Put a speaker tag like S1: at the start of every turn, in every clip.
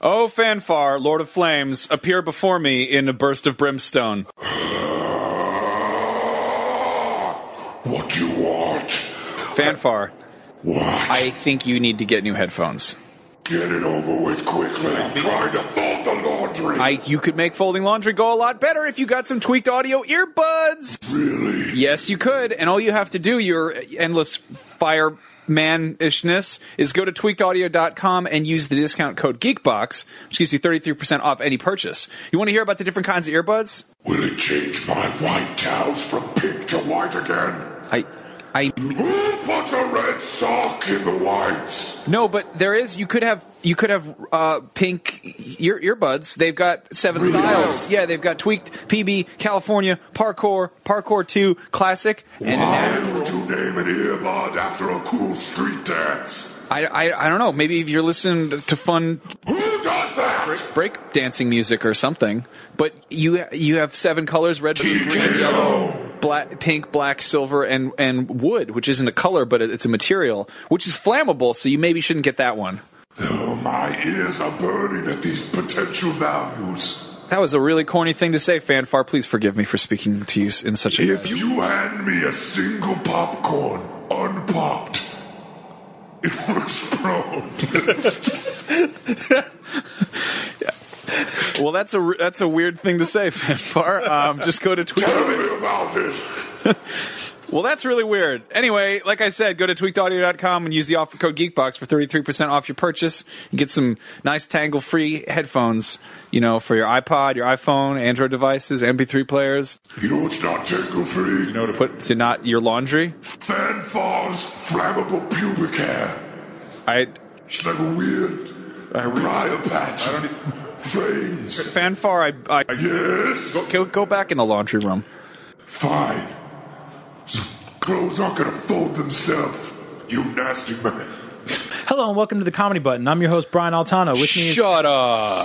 S1: O Oh, Fanfar, Lord of Flames, appear before me in a burst of brimstone.
S2: What do you want?
S1: Fanfar,
S2: What?
S1: I think you need to get new headphones.
S2: Get it over with quickly. I'm trying to fold the laundry.
S1: I you could make folding laundry go a lot better if you got some tweaked audio earbuds.
S2: really?
S1: Yes, you could, and all you have to do your endless fire man-ishness is go to tweakedaudio.com and use the discount code geekbox which gives you 33% off any purchase you want to hear about the different kinds of earbuds
S2: Will it change my white towels from pink to white again?
S1: i i
S2: Who puts a red sock in the whites?
S1: No, but there is. You could have you could have uh, pink ear earbuds. They've got seven styles. Yeah, they've got tweaked PB, California, Parkour, Parkour Two, Classic, and
S2: Why would you name an earbud after a cool street dance?
S1: I, I I don't know. Maybe if you're listening to fun
S2: Who does that?
S1: break dancing music or something, but you you have seven colors: red, blue, green, yellow, black, pink, black, silver, and and wood, which isn't a color, but it- it's a material, which is flammable. So you maybe shouldn't get that one.
S2: Oh, my ears are burning at these potential values.
S1: That was a really corny thing to say, Fanfar. Please forgive me for speaking to you in such a.
S2: If you hand me a single popcorn unpopped, it will explode.
S1: Well, that's a that's a weird thing to say, Fanfar. Um, just go to tweet.
S2: Tell me about it.
S1: Well, that's really weird. Anyway, like I said, go to tweakedaudio.com and use the offer code Geekbox for thirty three percent off your purchase. You get some nice tangle free headphones, you know, for your iPod, your iPhone, Android devices, MP three players.
S2: You know it's not tingle free. You
S1: You know, to put to not your laundry.
S2: Fanfar's flammable pubic hair.
S1: I
S2: It's like a weird briar patch. I don't e- Veins.
S1: Fanfar, I, I
S2: Yes.
S1: go, go back in the laundry room.
S2: Fine. Clothes aren't gonna fold themselves. You nasty man.
S3: Hello and welcome to the Comedy Button. I'm your host Brian Altano. With me is
S1: Shut up,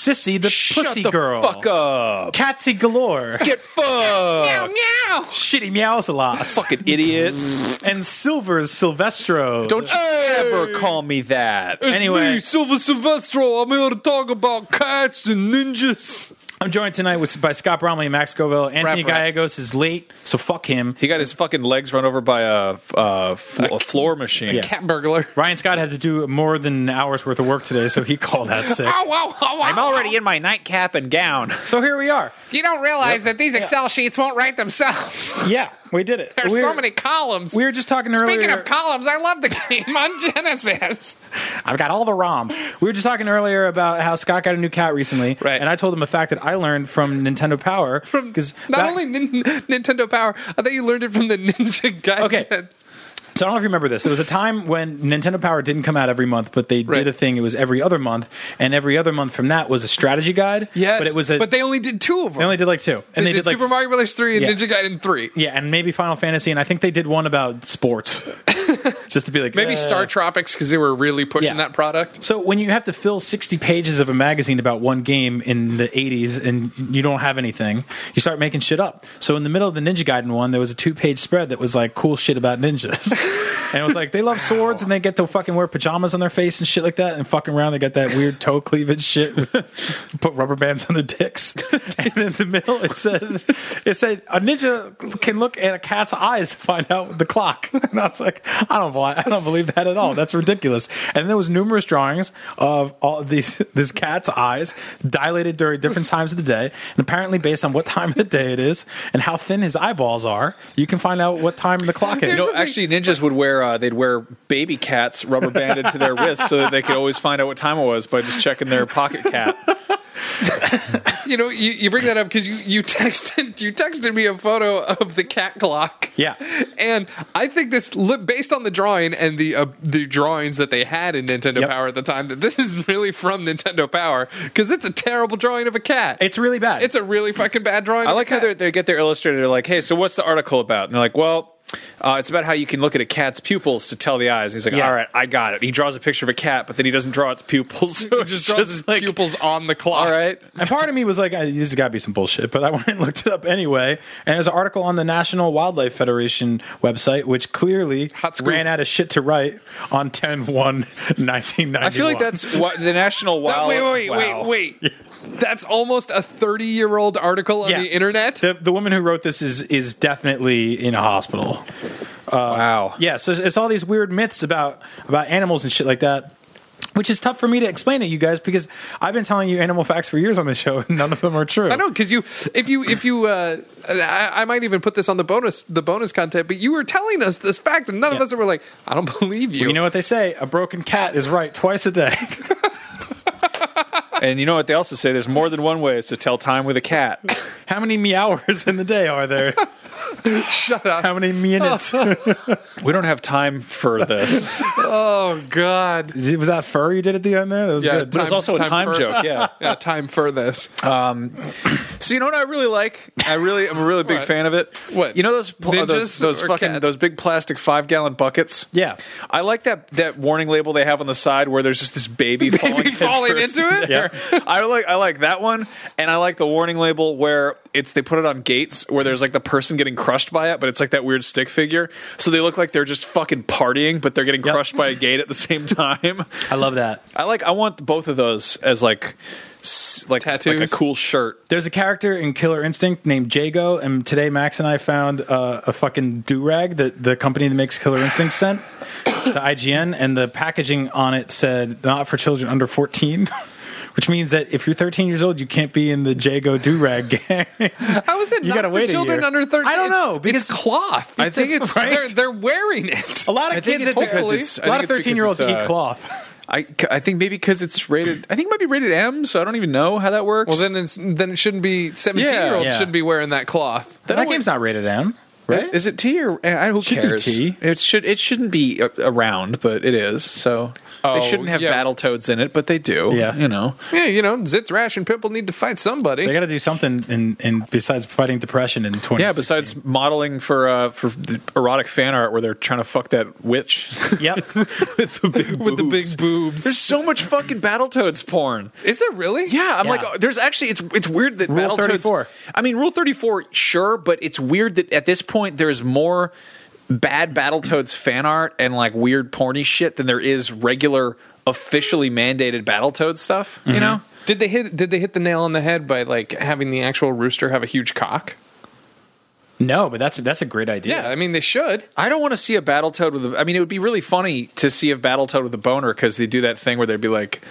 S3: Sissy the Pussy
S1: Shut
S3: Girl,
S1: The fuck up.
S3: Catsy Galore,
S1: Get fucked.
S3: Shitty Meows a lot,
S1: Fucking idiots.
S3: and Silver's Silvestro.
S1: Don't you ever call me that.
S3: Anyway. me,
S4: Silver Silvestro. I'm here to talk about cats and ninjas.
S3: I'm joined tonight with by Scott Bromley and Max Scoville. Anthony
S1: rap.
S3: Gallegos is late, so fuck him.
S1: He got his fucking legs run over by a, a, fl- a floor machine.
S3: Yeah.
S4: Cat burglar.
S3: Ryan Scott had to do more than an hour's worth of work today, so he called out sick.
S4: Ow, ow, ow, ow.
S1: in my nightcap and gown.
S3: so here we are.
S4: You don't realize that these Excel sheets won't write themselves.
S3: Yeah, we did it.
S4: There's
S3: We're-
S4: so many columns.
S3: We were just talking earlier.
S4: Speaking of columns, I love the game on Genesis.
S3: I've got all the ROMs. We were just talking earlier about how Scott got a new cat recently,
S4: Right.
S3: And I told him a fact that I learned from Nintendo Power because
S4: Not only nin- Nintendo Power, I thought you learned it from the Ninja Gaiden.
S3: Okay. So I don't know if you remember this. There was a time when Nintendo Power didn't come out every month, but they
S4: Right.
S3: did a thing. It was every other month, and every other month from that was a strategy guide.
S4: Yes,
S3: but it was a.
S4: but
S3: they,
S4: they only did two of them.
S3: only did like two, and
S4: they,
S3: they,
S4: did,
S3: like
S4: Super Mario Brothers three and
S3: Yeah.
S4: Ninja Gaiden three.
S3: yeah, and maybe Final Fantasy, and I think they did one about sports, just to be like
S4: Maybe
S3: uh,
S4: Star Tropics because they were really pushing
S3: Yeah.
S4: that product.
S3: So when you have to fill 60 pages of a magazine about one game in the 80s and you don't have anything, you start making shit up. So in the middle of the Ninja Gaiden one, there was a two-page spread that was like cool shit about ninjas. and it was like they love swords and they get to fucking wear pajamas on their face and shit like that and fucking around they got that weird toe cleavage shit with, put rubber bands on their dicks. and in the middle it says it said a ninja can look at a cat's eyes to find out the clock. And I was like, I don't believe, I don't believe that at all. That's ridiculous. And there was numerous drawings of all these this cat's eyes dilated during different times of the day, and apparently based on what time of the day it is and how thin his eyeballs are, you can find out what time the clock is.
S1: You know, actually, ninjas would wear uh, they'd wear baby cats rubber banded to their wrists so that they could always find out what time it was by just checking their pocket cat.
S4: You know, you, you bring that up because you, you texted you texted me a photo of the cat clock.
S3: Yeah.
S4: and I think this look based on the drawing and the uh, the drawings that they had in Nintendo
S3: Yep.
S4: Power at the time that this is really from Nintendo Power because it's a terrible drawing of a cat.
S3: it's really bad.
S4: it's a really fucking bad drawing.
S1: I
S4: of a
S1: like how
S4: cat.
S1: they they get their illustrator. They're like, "Hey, so what's the article about?" And they're like, "Well, Uh, it's about how you can look at a cat's pupils to tell the eyes. He's like,
S3: Yeah.
S1: all right, I got it. He draws a picture of a cat, but then he doesn't draw its pupils. So
S4: He
S1: it's
S4: just
S1: just,
S4: draws his
S1: like,
S4: pupils on the clock.
S1: all right.
S3: And part of me was like, "I- this has got to be some bullshit, but I went and looked it up anyway. And there's an article on the National Wildlife Federation website, which clearly
S4: Hot scoop.
S3: ran out of shit to write on 10 1 1991.
S1: I feel like that's what the National Wild.
S4: wait, wait, wait,
S1: Wow.
S4: wait, wait. That's almost a 30 year old article on
S3: Yeah.
S4: the internet.
S3: The, the woman who wrote this is, is definitely in a hospital.
S1: wow.
S3: Yeah, so it's all these weird myths about about animals and shit like that. Which is tough for me to explain to you guys because I've been telling you animal facts for years on the show and none of them are true.
S4: I know because you, if you, if you, uh, I, I might even put this on the bonus, the bonus content. But you were telling us this fact, and none of
S3: Yeah.
S4: us were like, I don't believe you.
S3: You know what they say? A broken cat is right twice a day.
S1: And you know what they also say? There's more than one way to tell time with a cat.
S3: How many meowers in the day are there?
S4: Shut up.
S3: How many minutes? Was
S1: we don't have time for this.
S4: Oh God.
S3: that fur you did at the end there? That was
S4: Yeah,
S3: good.
S1: But it's
S4: Time-
S1: also a
S4: time
S1: time
S4: for-
S1: joke. Yeah.
S4: Yeah, time for this.
S1: Um, So you know what I really like? I really, I'm a really big
S4: What?
S1: fan of it.
S4: What?
S1: You know those pl-
S4: Ninjas
S1: those those
S4: or
S1: fucking
S4: cats?
S1: those big plastic five gallon buckets?
S3: Yeah.
S1: I like that that warning label they have on the side where there's just this baby, falling, head
S4: falling
S1: first
S4: into
S1: in
S4: it?
S1: there.
S3: Yeah.
S1: I like I like that one, and I like the warning label where it's they put it on gates where there's like the person getting crushed by it, but it's like that weird stick figure, so they look like they're just fucking partying, but they're getting
S3: Yep.
S1: crushed by a gate at the same time.
S3: I love that.
S1: I like I want both of those as like s- like like
S4: Tattoos?
S1: a cool shirt.
S3: There's a character in Killer Instinct named Jago, and today Max and I found uh, a fucking do rag that the company that makes Killer Instinct sent to IGN, and the packaging on it said "Not for children under 14." Which means that if you're 13 years old, you can't be in the Jago do rag gang.
S4: How is it
S3: You
S4: not
S3: gotta
S4: for
S3: wait a
S4: children
S3: year.
S4: under thirteen?
S3: I don't know,
S4: It's,
S3: because-
S4: it's cloth.
S1: I think it's-
S4: they're, they're wearing it.
S3: a lot
S1: I
S3: of
S1: think it's
S3: kids, at the-
S1: because
S4: hopefully-
S1: it's uh,
S3: a lot of 13 year olds eat
S1: cloth.
S3: cloth.
S1: I, I think maybe because it's rated. I think it might be rated M, so I don't even know how that works.
S4: Well, then it's then it shouldn't be seventeen year olds
S3: Yeah.
S4: shouldn't be wearing that cloth.
S3: That,
S1: don't-
S3: game's not rated M, right?
S1: Is, is it T or eh, who
S3: Should be
S1: cares?
S3: T.
S1: It should it shouldn't be a- around, but it is. So
S4: Oh,
S1: they shouldn't have
S4: yeah.
S1: battle toads in it, but they do.
S3: Yeah.
S1: you know.
S4: Yeah, you know, zits, rash, and pimple need to fight somebody.
S3: they got to do something in, in besides fighting depression in 20.
S1: Yeah. Besides modeling for uh, for the erotic fan art where they're trying to fuck that witch
S3: yep.
S1: with the big
S4: with the big boobs.
S1: There's so much fucking Battletoads porn.
S4: Is there really?
S1: Yeah, I'm
S3: Yeah.
S1: like, oh, there's actually it's it's weird that
S3: Rule
S1: Battletoads-
S3: 34.
S1: I mean, Rule 34, sure, but it's weird that at this point there's more bad Battletoads fan art and like weird porny shit than there is regular officially mandated Battletoads stuff.
S3: Mm-hmm.
S1: You know,
S4: Did they hit? Did they hit the nail on the head by like having the actual rooster have a huge cock?
S3: No, but that's that's a great idea.
S4: Yeah, I mean they should.
S1: I don't want to see a Battletoad with. A, I mean, it would be really funny to see a Battletoad with a boner because they do that thing where they'd be like.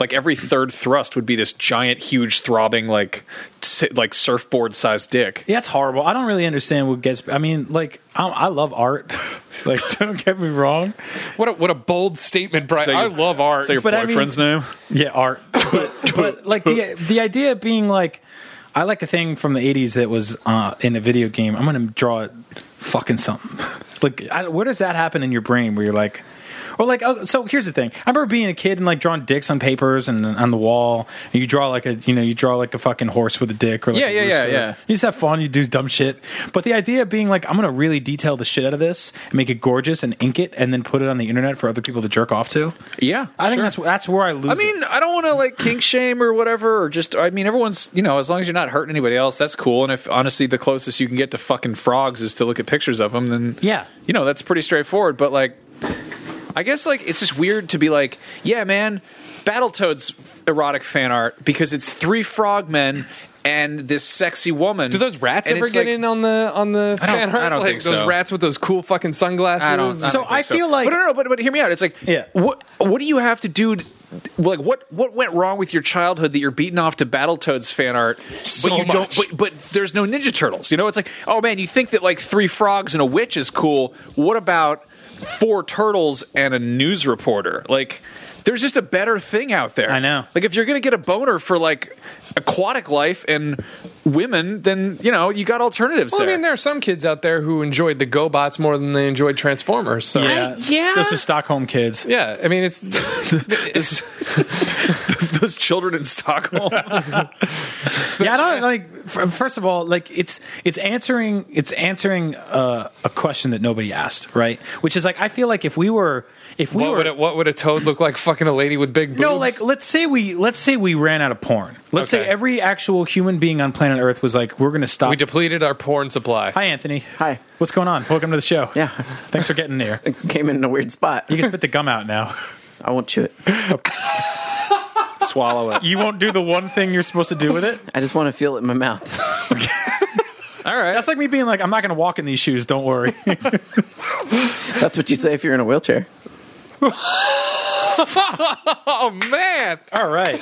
S1: Like every third thrust would be this giant, huge, throbbing, like, si- like surfboard-sized dick.
S3: Yeah, it's horrible. I don't really understand what gets. I mean, like I, I love art. like, don't get me wrong.
S4: What a, what a bold statement, Brian.
S1: So you-
S4: I love art.
S1: So your
S3: But I mean-
S1: boyfriend's name?
S3: Yeah, art. But, but like the the idea being like, I like a thing from the '80s that was uh, in a video game. I'm gonna draw it fucking something. like, I, where does that happen in your brain where you're like? Or like, oh, so here's the thing. I remember being a kid and like drawing dicks on papers and on the wall. And you draw like a, you know, you draw like a fucking horse with a dick or like
S1: Yeah,
S3: a
S1: yeah, yeah,
S3: rooster.
S1: yeah.
S3: You just have fun. You do dumb shit. But the idea being like, I'm gonna really detail the shit out of this, and make it gorgeous, and ink it, and then put it on the internet for other people to jerk off to.
S1: Yeah,
S3: I think that's that's where I lose.
S1: I
S3: it.
S1: mean, I don't want to like kink shame or whatever, or just. I mean, everyone's you know, as long as you're not hurting anybody else, that's cool. And if honestly, the closest you can get to fucking frogs is to look at pictures of them, then
S3: Yeah.
S1: you know, that's pretty straightforward. But like, I guess like it's just weird to be like, yeah, man, Battletoads erotic fan art because it's three frog men and this sexy woman.
S4: Do those rats
S1: And
S4: ever
S1: it's
S4: get
S1: like-
S4: in on the on the
S1: don't-
S4: fan art?
S1: I don't
S4: like
S1: think
S4: those
S1: so.
S4: rats with those cool fucking sunglasses.
S1: I don't. I don't
S3: So
S1: think
S3: I feel like-
S1: but no, no, but but hear me out. It's like,
S3: Yeah.
S1: what what do you have to do? To, like, what what went wrong with your childhood that you're beaten off to Battletoads fan art?
S4: So
S1: but you
S4: much.
S1: don't. But, but there's no Ninja Turtles. You know, it's like, oh man, you think that like three frogs and a witch is cool. What about four turtles and a news reporter? Like. There's just a better thing out there.
S3: I know.
S1: Like if you're gonna get a boner for like aquatic life and women, then you know you got alternatives
S4: well, I
S1: there.
S4: mean, there are some kids out there who enjoyed the GoBots more than they enjoyed Transformers. So
S1: yeah.
S3: Those are Stockholm kids.
S4: Yeah, I mean it's
S1: This- the, homeless children in Stockholm.
S3: yeah, I don't like. f- First of all, like it's it's answering it's answering uh, a question that nobody asked, right? Which is like I feel like if we were if we
S4: What
S3: were
S4: would, a, what would a toad look like? Fucking a lady with big boobs?
S3: no, like let's say we let's say we ran out of porn. Let's
S4: Okay.
S3: say every actual human being on planet Earth was like, we're going to stop.
S4: we depleted our porn supply.
S3: Hi, Anthony.
S5: Hi.
S3: What's going on? Welcome to the show.
S5: Yeah.
S3: Thanks for getting here.
S5: Came in a weird spot.
S3: You can spit the gum out now.
S5: I won't chew it.
S1: Swallow it.
S3: You won't do the one thing you're supposed to do with it.
S5: I just want to feel it in my mouth.
S4: All right.
S3: That's like me being like, I'm not going to walk in these shoes. Don't worry.
S5: That's what you say if you're in a wheelchair.
S4: oh, man.
S3: All right.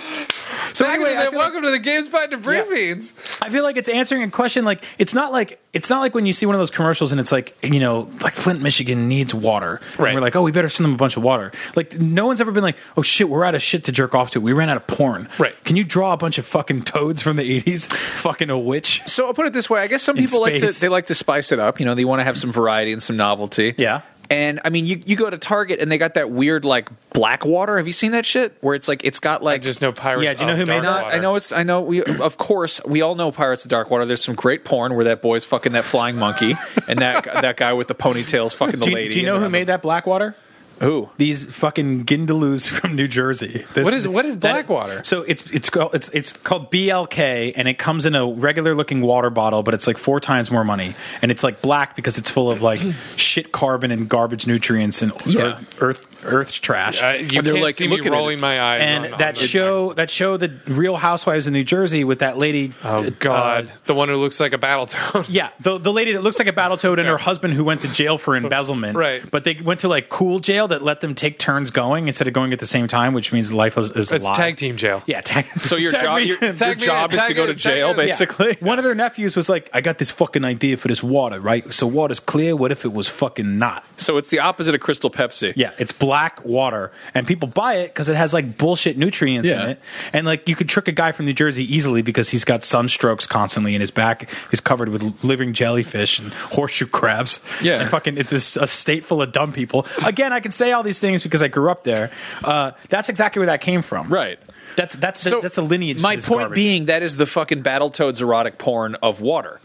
S3: So
S4: Back
S3: anyway,
S4: to
S3: I
S4: the-
S3: feel like-
S4: welcome to the GameSpot debris feeds.
S3: I feel like it's answering a question. Like it's not like it's not like when you see one of those commercials and it's like you know like Flint, Michigan needs water.
S4: Right.
S3: And we're like, oh, we better send them a bunch of water. Like no one's ever been like, oh shit, we're out of shit to jerk off to. We ran out of porn.
S4: Right.
S3: Can you draw a bunch of fucking toads from the eighties? fucking a witch.
S1: So I'll put it this way: I guess some
S3: In
S1: people like
S3: space.
S1: to they like to spice it up. You know, they want to have some variety and some novelty.
S3: Yeah.
S1: And I mean, you, you go to Target and they got that weird like black water. Have you seen that shit? Where it's like it's got like
S4: Just no pirates.
S3: Yeah, do you know
S4: of
S3: who made
S4: Dark
S3: that?
S4: Water.
S1: I know it's. I know we. Of course, we all know Pirates of Dark Water. There's some great porn where that boy's fucking that flying monkey, and that that guy with the ponytails fucking the
S3: Do you,
S1: lady.
S3: do you know who made that Blackwater?
S1: who?
S3: These fucking Gindaloos from New Jersey. This-
S4: What is- what is
S3: that-
S4: Blackwater?
S3: so it's it's called it's it's called BLK, and it comes in a regular looking water bottle, but it's like four times more money, and it's like black because it's full of like shit carbon and garbage nutrients and
S1: Yeah.
S3: earth, earth earth trash.
S4: Uh, you
S1: they're
S4: can't
S1: like,
S4: see me
S1: look at it.
S4: rolling my eyes.
S3: and
S4: on- on
S3: that
S4: the-
S3: show that show the Real Housewives of New Jersey with that lady.
S4: Oh
S3: uh,
S4: God, the one who looks like a battle toad.
S3: Yeah, the the lady that looks like a battle toad and her husband who went to jail for embezzlement.
S4: Right.
S3: But they went to like cool jail that let them take turns going instead of going at the same time, which means life is, is a
S4: It's
S3: lie.
S4: tag team jail.
S3: Yeah, tag.
S1: So your
S3: tag
S1: job,
S3: me
S1: your,
S3: in.
S1: your
S4: Tag me
S1: job
S4: in,
S1: is to
S4: tag
S1: go
S4: in,
S1: to
S4: tag
S1: jail,
S4: in.
S3: Yeah.
S1: basically.
S3: One of their nephews was like, "I got this fucking idea for this water, right? So water's clear. What if it was fucking not?
S1: So it's the opposite of Crystal Pepsi.
S3: Yeah, it's black water, and people buy it because it has like bullshit nutrients
S1: Yeah.
S3: in it. And like, you could trick a guy from New Jersey easily because he's got sunstrokes constantly, and his back is covered with living jellyfish and horseshoe crabs.
S1: Yeah.
S3: and fucking, it's this, a state full of dumb people. Again, I can say all these things because I grew up there. Uh, that's exactly where that came from.
S1: Right.
S3: That's that's the, that's the lineage. to
S1: My
S3: this
S1: point
S3: garbage.
S1: being, that is the fucking Battletoads erotic porn of water.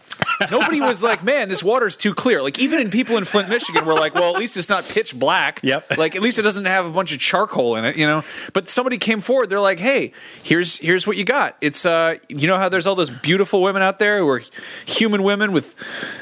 S1: Nobody was like, "Man, this water's too clear." Like even in people in Flint, Michigan, were like, "Well, at least it's not pitch black."
S3: Yep.
S1: Like at least it doesn't have a bunch of charcoal in it, you know. But somebody came forward. They're like, "Hey, here's here's what you got. It's uh, you know how there's all those beautiful women out there who are human women with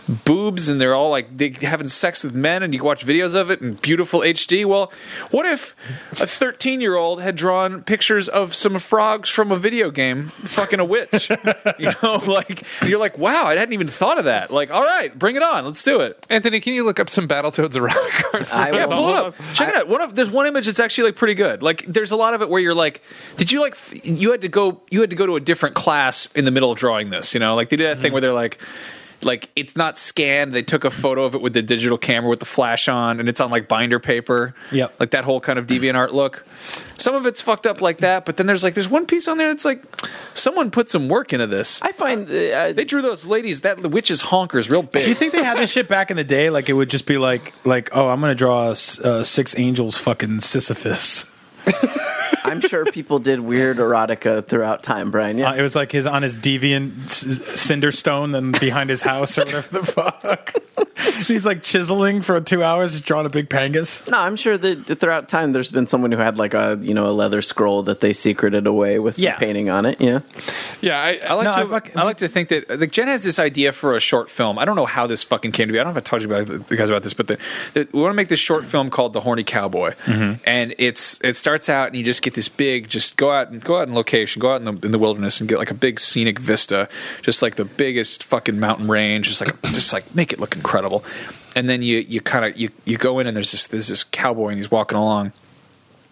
S1: boobs, and they're all like they having sex with men, and you watch videos of it in beautiful HD. Well, what if a 13 year old had drawn pictures of some frogs from a video game, fucking a witch? you know, like and you're like, wow, I hadn't even thought of that. Like, all right, bring it on, let's do it.
S4: Anthony, can you look up some Battletoads erotic art?
S5: I
S4: for us?
S5: will.
S1: Pull it
S4: Hold
S1: up. Check it out. One of there's one image that's actually like pretty good. Like there's a lot of it where you're like, did you like f- you had to go you had to go to a different class in the middle of drawing this? You know, like they do that thing where they're like. Like it's not scanned. They took a photo of it with the digital camera with the flash on, and it's on like binder paper.
S3: Yep.
S1: like that whole kind of deviant art look. Some of it's fucked up like that, but then there's like there's one piece on there that's like someone put some work into this.
S5: I find uh,
S1: They drew those ladies that the witch's honkers real big.
S3: Do you think they had this shit back in the day? Like it would just be like, like, oh, I'm gonna draw uh, six angels, fucking Sisyphus.
S5: I'm sure people did weird erotica throughout time, Brian.
S3: Uh,
S5: Yes.
S3: it was like his on his deviant s- cinder stone and behind his house or whatever the fuck. He's like chiseling for two hours, just drawing a big pangas.
S5: no, I'm sure that that throughout time there's been someone who had like a you know a leather scroll that they secreted away with some
S3: Yeah.
S5: painting on it. Yeah,
S4: up. Yeah, I,
S1: I like
S3: No,
S1: to. I,
S3: I fuck-
S1: like to think that like Jen has this idea for a short film. I don't know how this fucking came to be. I don't know if I talked to you about the guys about this, but the, the, we want to make this short film called The Horny Cowboy,
S3: Mm-hmm.
S1: and it's it starts out and you just get this big, just go out and go out in location, go out in the in the wilderness and get like a big scenic vista, just like the biggest fucking mountain range, just like just like make it look incredible, and then you you kind of you you go in and there's this there's this cowboy and he's walking along.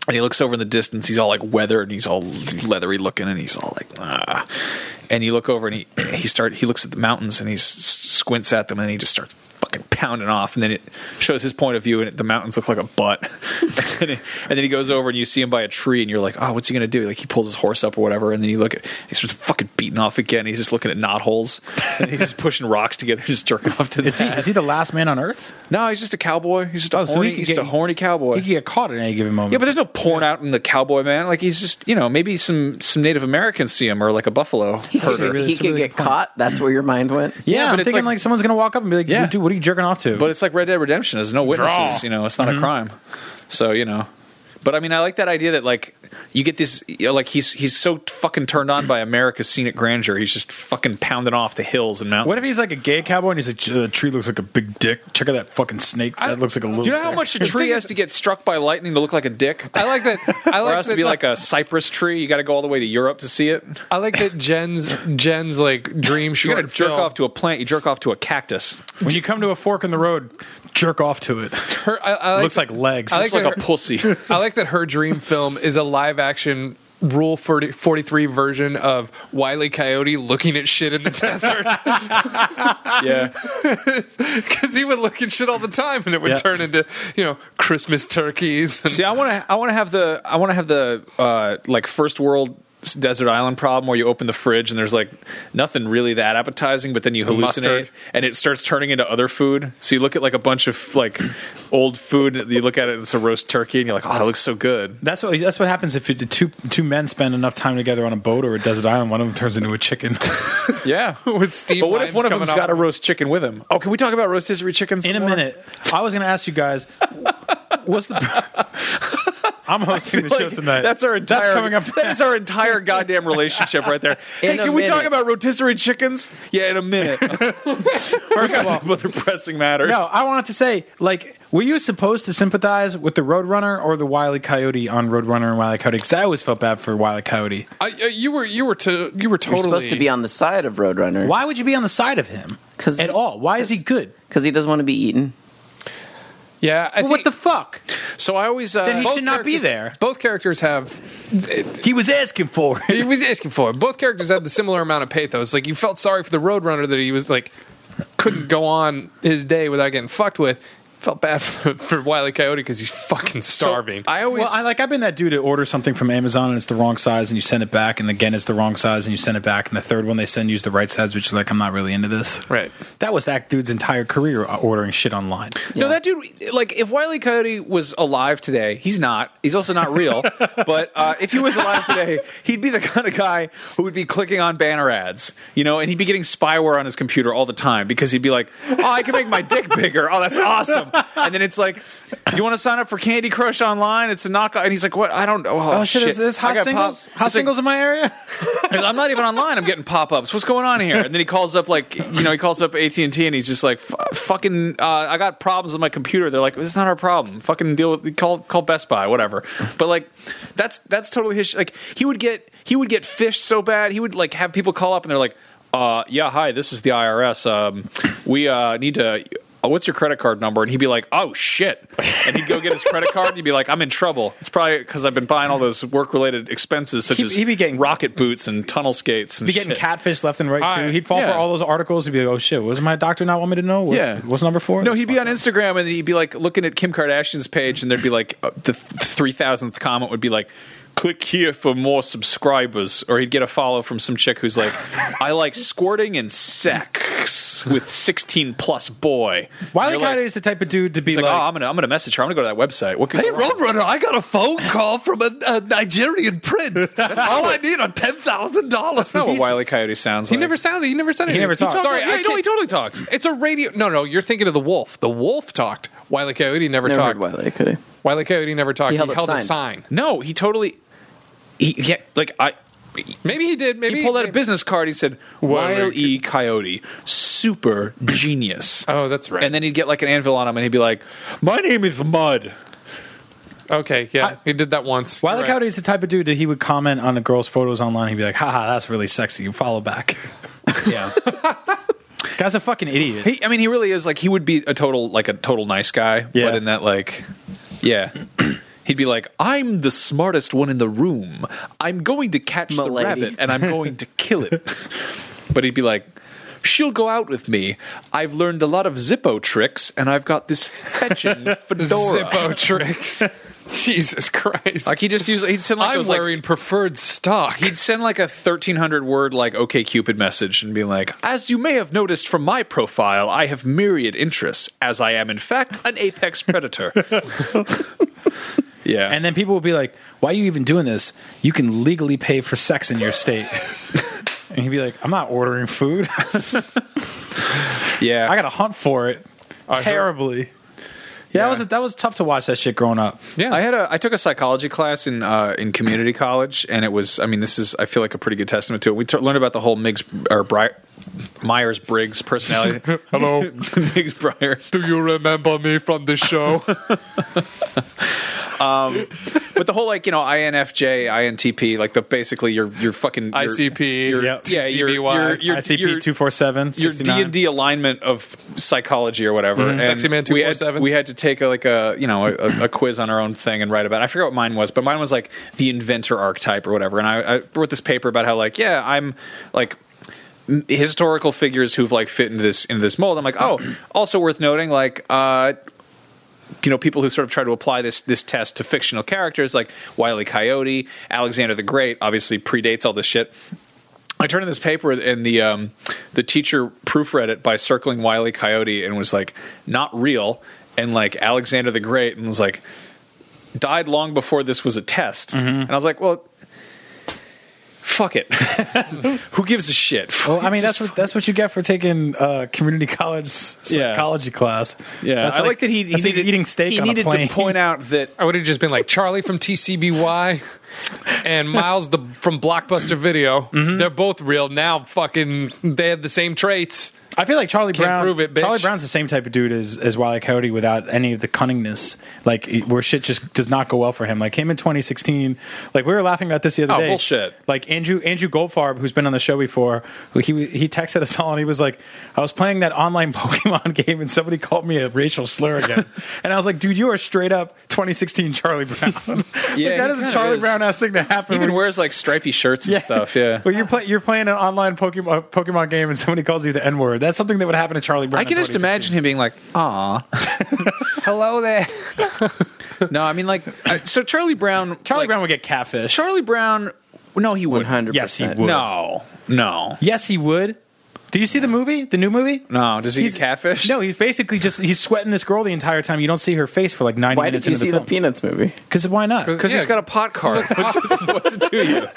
S1: And he looks over in the distance. He's all like weathered, and he's all leathery looking, and he's all like, ah. And you look over, and he he start he looks at the mountains, and he s- squints at them, and he just starts fuck- fucking pounding off, and then it shows his point of view, and it, the mountains look like a butt. and, it- and then he goes over, and you see him by a tree, and you're like, oh, what's he gonna do? Like he pulls his horse up or whatever, and then you look at he starts fucking beating off again. He's just looking at knot holes, and he's just pushing rocks together, just jerking off to the
S3: Is he, is he the last man on Earth?
S1: No, he's just a cowboy. He's just a
S3: Oh, so
S1: horny.
S3: he
S1: he's
S3: could get-
S1: a horny cowboy.
S3: He could get caught at any given moment.
S1: Yeah, but there's no porn out in the cowboy man. Like he's just, you know, maybe some some Native Americans see him or like a buffalo herder.
S3: really-
S5: he
S3: that's a
S5: could
S3: really
S5: get
S3: good point.
S5: caught. That's where your mind went.
S3: yeah,
S1: yeah,
S3: I'm
S1: but it's
S3: thinking like,
S1: like-
S3: someone's gonna walk up and be like,
S1: Yeah.
S3: "Dude, what are you jerking off to?"
S1: But it's like Red Dead Redemption. There's no witnesses.
S3: Draw.
S1: You know, it's not a crime. So you know, but I mean, I like that idea that like you get this. You know, like he's he's so fucking turned on by America's scenic grandeur. He's just fucking pounding off the hills and mountains.
S3: what if he's like a gay cowboy and he's like, "The tree looks like a big dick. Check out that fucking snake. That looks like a little."
S1: Do you know how
S3: dick."
S1: much a tree has to get struck by lightning to look like a dick?
S4: I like that. I
S1: or
S4: like
S1: has
S4: that
S1: to be like a cypress tree. You got to go all the way to Europe to see it.
S4: I like that Jen's Jen's like dream
S1: You're
S4: short
S1: gonna jerk
S4: film.
S1: off to a plant. You jerk off to a cactus.
S3: When you come to a fork in the road, jerk off to it.
S4: her. I, I like
S3: looks like legs.
S4: I
S1: It's like a
S4: her-
S1: pussy.
S4: I like that her dream film is a live action Rule 40, 43 version of Wiley Coyote looking at shit in the desert
S1: yeah.
S4: because he would look at shit all the time and it would
S3: Yeah.
S4: turn into you know Christmas turkeys. And
S1: See, I want to. I want to have the. I want to have the uh, like first world s- desert island problem where you open the fridge and there's like nothing really that appetizing, but then you hallucinate
S4: Mustard.
S1: and it starts turning into other food. So you look at like a bunch of like old food. You look at it, it's a roast turkey, and you're like, oh, that looks so good.
S3: That's what that's what happens if it, two two men spend enough time together on a boat or a desert island. One of them turns into a chicken.
S1: Yeah.
S4: with Steve,
S1: But what if
S4: Lyons
S1: one of
S4: coming
S1: them's
S4: off-
S1: got a roast chicken with him? Oh, can we talk about roast history chickens
S3: In a
S1: some more?
S3: minute, I was going to ask you guys, what's the? I'm hosting the show
S1: Like,
S3: tonight.
S1: That's our entire.
S3: That's coming up.
S1: That is our entire goddamn relationship right there. hey,
S5: In a
S1: can we talk
S5: minute.
S1: about rotisserie chickens? Yeah, in a minute. First of all, other pressing matters.
S3: No, I wanted to say, like, were you supposed to sympathize with the Roadrunner or the Wile E. Coyote on Roadrunner and Wile E. Coyote? Because I always felt bad for Wile E. Coyote.
S4: I, uh, you were you were to you were
S5: You're
S4: totally
S5: supposed to be on the side of Roadrunner.
S3: Why would you be on the side of him
S5: 'Cause-
S3: at all? Why is he good?
S5: Because he doesn't want to be eaten.
S4: yeah. I
S3: Well, what
S4: think
S3: the fuck?
S1: so I always. Uh,
S3: Then he
S4: both
S3: should not be there.
S4: both characters have
S3: He was asking for it.
S4: he was asking for it. Both characters had the similar amount of pathos. Like you felt sorry for the Roadrunner that he was like couldn't go on his day without getting fucked with. Felt bad for, for Wiley Coyote because he's fucking starving.
S1: I always.
S3: Well, I like I've been that dude to order something from Amazon and it's the wrong size and you send it back and again it's the wrong size and you send it back and the third one they send you is the right size which is like I'm not really into this.
S4: Right.
S3: That was that dude's entire career uh, ordering shit online.
S1: No, that dude. Like, if Wiley Coyote was alive today, he's not. He's also not real. but uh, if he was alive today, he'd be the kind of guy who would be clicking on banner ads, you know, and he'd be getting spyware on his computer all the time because he'd be like, "Oh, I can make my dick bigger. Oh, that's awesome." And then it's like, "Do you want to sign up for Candy Crush online? It's a knockoff." And he's like, "What? I don't know. Oh,
S3: Oh shit, is this
S1: I
S3: hot
S1: got
S3: singles?
S1: pop-
S3: Hot
S1: It's like,
S3: singles in my area?
S1: because I'm not even online. I'm getting pop ups. What's going on here? And then he calls up like you know he calls up AT and T and he's just like "F- fucking uh, I got problems with my computer. They're like this is not our problem. Fucking deal with call call Best Buy whatever. But like that's that's totally his. Sh- like he would get he would get fished so bad. He would like have people call up and they're like uh, yeah hi this is the IRS. Um, we uh, need to. uh, What's your credit card number? And he'd be like, "Oh shit!" And he'd go get his credit card. and He'd be like, "I'm in trouble. It's probably because I've been buying all those work-related expenses, such
S3: He'd-
S1: as
S3: he'd be getting-
S1: rocket boots and tunnel skates and
S3: be getting
S1: shit.
S3: catfish left and right
S4: I-
S3: too. He'd fall
S1: yeah.
S3: for all those articles. He'd be like, "Oh shit, was my doctor not want me to know? What's,
S1: Yeah.
S3: what's number four?
S1: No, he'd be on Instagram and he'd be like looking at Kim Kardashian's page, and there'd be like uh, the three thousandth comment would be like, "Click here for more subscribers," or he'd get a follow from some chick who's like, "I like squirting and sex with sixteen plus boy."
S3: Wiley
S1: You're like-
S3: Coyote is the type of dude to be
S1: It's like,
S3: like,
S1: oh, I'm gonna, I'm gonna message her. I'm gonna go to that website. What could go wrong?
S4: Roadrunner, I got a phone call from a, a Nigerian prince. That's all I need on ten thousand dollars.
S1: That's not what Wiley Coyote sounds
S4: He
S1: like.
S4: never sounded. He never sounded.
S3: He never talked.
S4: Sorry,
S1: Sorry, yeah,
S4: I
S1: no, he
S4: can't-
S1: totally talks.
S4: It's a radio. No, no, you're thinking of the wolf. The wolf talked. Wiley Coyote never,
S5: Never
S4: talked.
S5: heard Wiley Coyote.
S4: Wiley Coyote never talked. He
S5: He
S4: held,
S5: held up
S4: a sign.
S5: signs.
S1: No, he totally. He, yeah, like I.
S4: Maybe he did. Maybe
S1: he pulled out a
S4: maybe-
S1: business card. He said,
S4: Wiley
S1: "Wile E. Coyote, super genius."
S4: Oh, that's right.
S1: And then he'd get like an anvil on him, and he'd be like, "My name is Mud."
S4: Okay, yeah,
S3: I-
S4: he did that once.
S3: Wiley
S4: Correct.
S3: Coyote is the type of dude that he would comment on the girl's photos online. He'd be like, haha, that's really sexy. You follow back.
S1: Yeah,
S3: Guy's a fucking idiot.
S1: he, I mean, he really is like he would be a total like a total nice guy,
S3: Yeah.
S1: but in that like, yeah. He'd be like, "I'm the smartest one in the room. I'm going to catch the
S5: Milady.
S1: rabbit and I'm going to kill it." but he'd be like, She'll go out with me. I've learned a lot of Zippo tricks, and I've got this fetching fedora.
S4: Zippo tricks. Jesus Christ.
S6: Like he just used. He'd send like
S4: I'm
S6: those, like-
S4: wearing preferred stock.
S1: He'd send like a thirteen hundred word like OK Cupid message and be like, "As you may have noticed from my profile, I have myriad interests, as I am in fact an apex predator." yeah,
S3: And then people will be like, "Why are you even doing this? You can legally pay for sex in your state." and he'd be like, "I'm not ordering food.
S1: yeah,
S3: I got to hunt for it terribly." Yeah,
S1: Yeah.
S3: that was that was tough to watch that shit growing up.
S4: Yeah.
S1: I had a I took a psychology class in uh, in community college, and it was I mean this is I feel like a pretty good testament to it. We t- learned about the whole Miggs or Bri- Myers Briggs personality.
S4: Hello.
S1: Miggs Briggs.
S4: Do you remember me from the show?
S1: Um, But the whole like you know INFJ, INTP, like the basically your your fucking your,
S4: ICP.
S3: Yep.
S1: yeah your your, your,
S3: ICP
S1: your-
S3: two four seven
S1: your D and D alignment of psychology or whatever. And
S4: Mm-hmm. Sexy man
S1: we had-
S4: 247.
S1: We had to take a, like a you know a, a quiz on our own thing and write about. It. I forget what mine was, but mine was like the inventor archetype or whatever. And I, I wrote this paper about how like yeah I'm like m- historical figures who've like fit into this into this mold. I'm like oh also worth noting like uh you know people who sort of try to apply this this test to fictional characters like Wiley Coyote, Alexander the Great obviously predates all this shit. I turned in this paper and the um, the teacher proofread it by circling Wiley Coyote and was like not real and like Alexander the Great and was like died long before this was a test
S3: Mm-hmm.
S1: and I was like well fuck it who gives a shit
S3: Well, I mean
S1: Just-
S3: that's what that's what you get for taking uh, community college s-
S1: Yeah.
S3: psychology class.
S1: yeah
S3: that's
S1: I like that he, he
S3: that's like
S1: needed
S3: eating steak.
S1: he
S3: on
S1: needed
S3: a plane.
S1: to point out that
S4: I would have just been like Charlie from TCBY and Miles the from Blockbuster Video.
S1: Mm-hmm.
S4: They're both real now. Fucking, they had the same traits.
S3: I feel like Charlie
S4: Can't
S3: Brown.
S4: prove it, bitch.
S3: Charlie Brown's the same type of dude as as Wiley Coyote without any of the cunningness, like it- where shit just does not go well for him. Like him in 2016, like we were laughing about this the other
S1: Oh,
S3: day.
S1: bullshit.
S3: Like Andrew Andrew Goldfarb, who's been on the show before, who- he he texted us all and he was like, "I was playing that online Pokemon game and somebody called me a racial slur again," and I was like, "Dude, you are straight up 2016 Charlie Brown.
S1: Yeah,
S3: like, that
S1: he kind
S3: is a
S1: of
S3: Charlie
S1: is.
S3: Brown ass thing to happen."
S1: he
S3: when
S1: even
S3: you-
S1: wears like stripy shirts and stuff yeah
S3: Well, you're, play, you're playing an online Pokemon, Pokemon game and somebody calls you the N word. That's something that would happen to Charlie Brown.
S1: I can
S3: in
S1: just
S3: 2016.
S1: imagine him being like
S3: Oh.
S1: ah
S4: Hello there.
S1: no I mean like I- so Charlie Brown
S3: Charlie
S1: like,
S3: Brown would get catfish.
S1: Charlie Brown no he
S5: One
S1: wouldn't
S5: hundred.
S3: Yes, he would.
S1: No, no,
S3: Yes, he would. Do you see the movie? The new movie?
S1: no. Does he
S3: He's-
S1: get catfish?
S3: No, he's basically just he's sweating this girl the entire time. You don't see her face for like ninety
S5: Why
S3: minutes
S5: did you
S3: into
S5: see
S3: the
S5: the,
S3: film.
S5: Peanuts movie?
S3: Because why not?
S1: because he's
S4: Yeah.
S1: got a pot card. What's, what's it to you?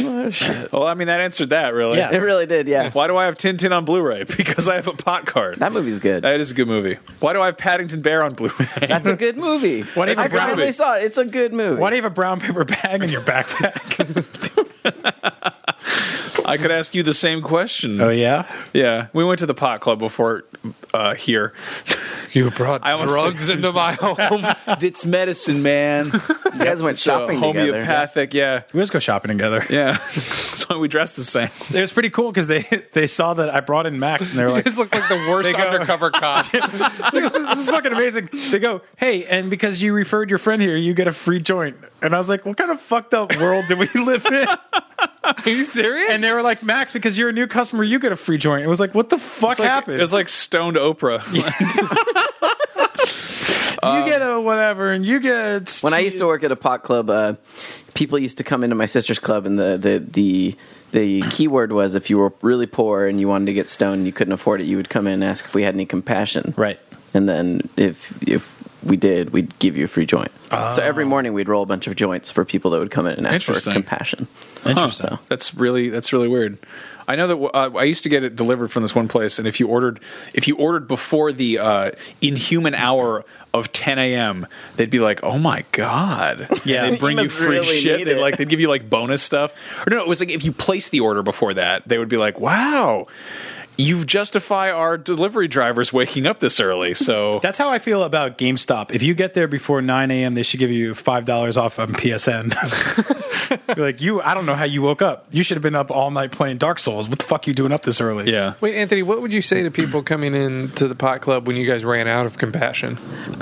S1: Well, I mean that answered that really.
S3: Yeah.
S5: It really did. Yeah,
S1: Why do I have Tintin on Blu-ray? Because I have a pot card.
S5: that movie's good.
S1: That is a good movie. Why do I have Paddington Bear on Blu-ray?
S5: That's a good movie.
S3: What if
S5: I
S3: it's a
S5: finally
S3: movie?
S5: saw it. It's a good movie.
S3: Why do you have a brown paper bag in your backpack?
S1: I could ask you the same question.
S3: oh yeah,
S1: yeah, we went to the pot club before uh, here.
S4: You brought
S1: I almost
S4: drugs into my home.
S1: it's medicine, man.
S5: you guys went
S3: uh,
S5: shopping together?
S1: homeopathic. Yeah,
S3: we just go shopping together.
S1: yeah. That's why we dress the same.
S3: It was pretty cool because they they saw that I brought in Max and they were like,
S4: This looked like the worst
S3: go-
S4: undercover cops.
S3: this, this is fucking amazing. They go, hey, and because you referred your friend here, you get a free joint. And I was like, what kind of fucked up world do we live in?
S4: Are you serious?
S3: And they were like, Max, because you're a new customer, you get a free joint. It was like, what the fuck
S1: It's like-
S3: happened?
S1: It was like stoned Oprah. uh,
S3: you get a whatever, and you get.
S5: When I used to work at a pot club, uh, people used to come into my sister's club, and the the the the keyword was if you were really poor and you wanted to get stoned and you couldn't afford it, you would come in and ask if we had any compassion.
S3: Right.
S5: And then if if we did, we'd give you a free joint.
S3: Ah.
S5: So every morning we'd roll a bunch of joints for people that would come in and ask for
S1: Interesting.
S5: compassion.
S3: Interesting.
S5: So-
S1: That's really that's really weird. I know that uh, I used to get it delivered from this one place, and if you ordered if you ordered before the uh, inhuman hour of 10 a.m., they'd be like, "Oh my god!"
S3: Yeah.
S1: they bring
S5: You
S1: you
S5: must
S1: free
S5: really
S1: shit.
S5: need
S1: They'd
S5: it.
S1: like they'd give you like bonus stuff. Or no, it was like if you place the order before that, they would be like, "Wow." You justify our delivery drivers waking up this early, so
S3: That's how I feel about GameStop. If you get there before 9 a.m., they should give you $5 off on PSN. You're like, you, I don't know how you woke up. You should have been up all night playing Dark Souls. What the fuck you doing up this early?
S1: yeah.
S4: Wait, Anthony, what would you say to people coming in to the pot club when you guys ran out of compassion?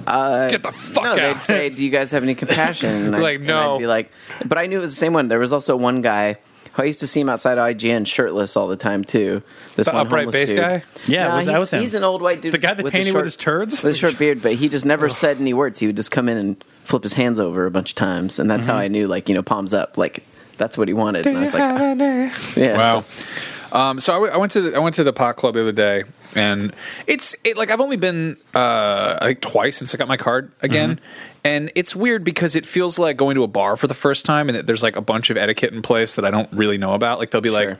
S5: Uh,
S4: Get the fuck
S5: no,
S4: out.
S5: They'd say, "Do you guys have any compassion?" And
S4: Like,
S5: and
S4: no.
S5: I'd be like, but I knew it was the same one. There was also one guy I used to see him outside IGN shirtless all the time too. This
S4: The
S5: one
S4: upright
S5: homeless
S4: bass
S5: dude.
S4: guy?
S3: Yeah,
S5: Nah,
S3: was- that
S5: he's,
S3: was him.
S5: He's an old white dude.
S3: The guy that
S5: a
S3: painted with
S5: short-
S3: his turds?
S5: With a short beard, but he just never said any words. He would just come in and flip his hands over a bunch of times, and that's how
S3: Mm-hmm.
S5: I knew, like you know, palms up, like that's what he wanted. And I was like, yeah,
S1: Wow. Um, so I, w- I went to the, I went to the pot club the other day, and it's it, like I've only been uh, like twice since I got my card again, and it's weird because it feels like going to a bar for the first time, and that there's like a bunch of etiquette in place that I don't really know about. Like they'll be
S5: Sure.
S1: like.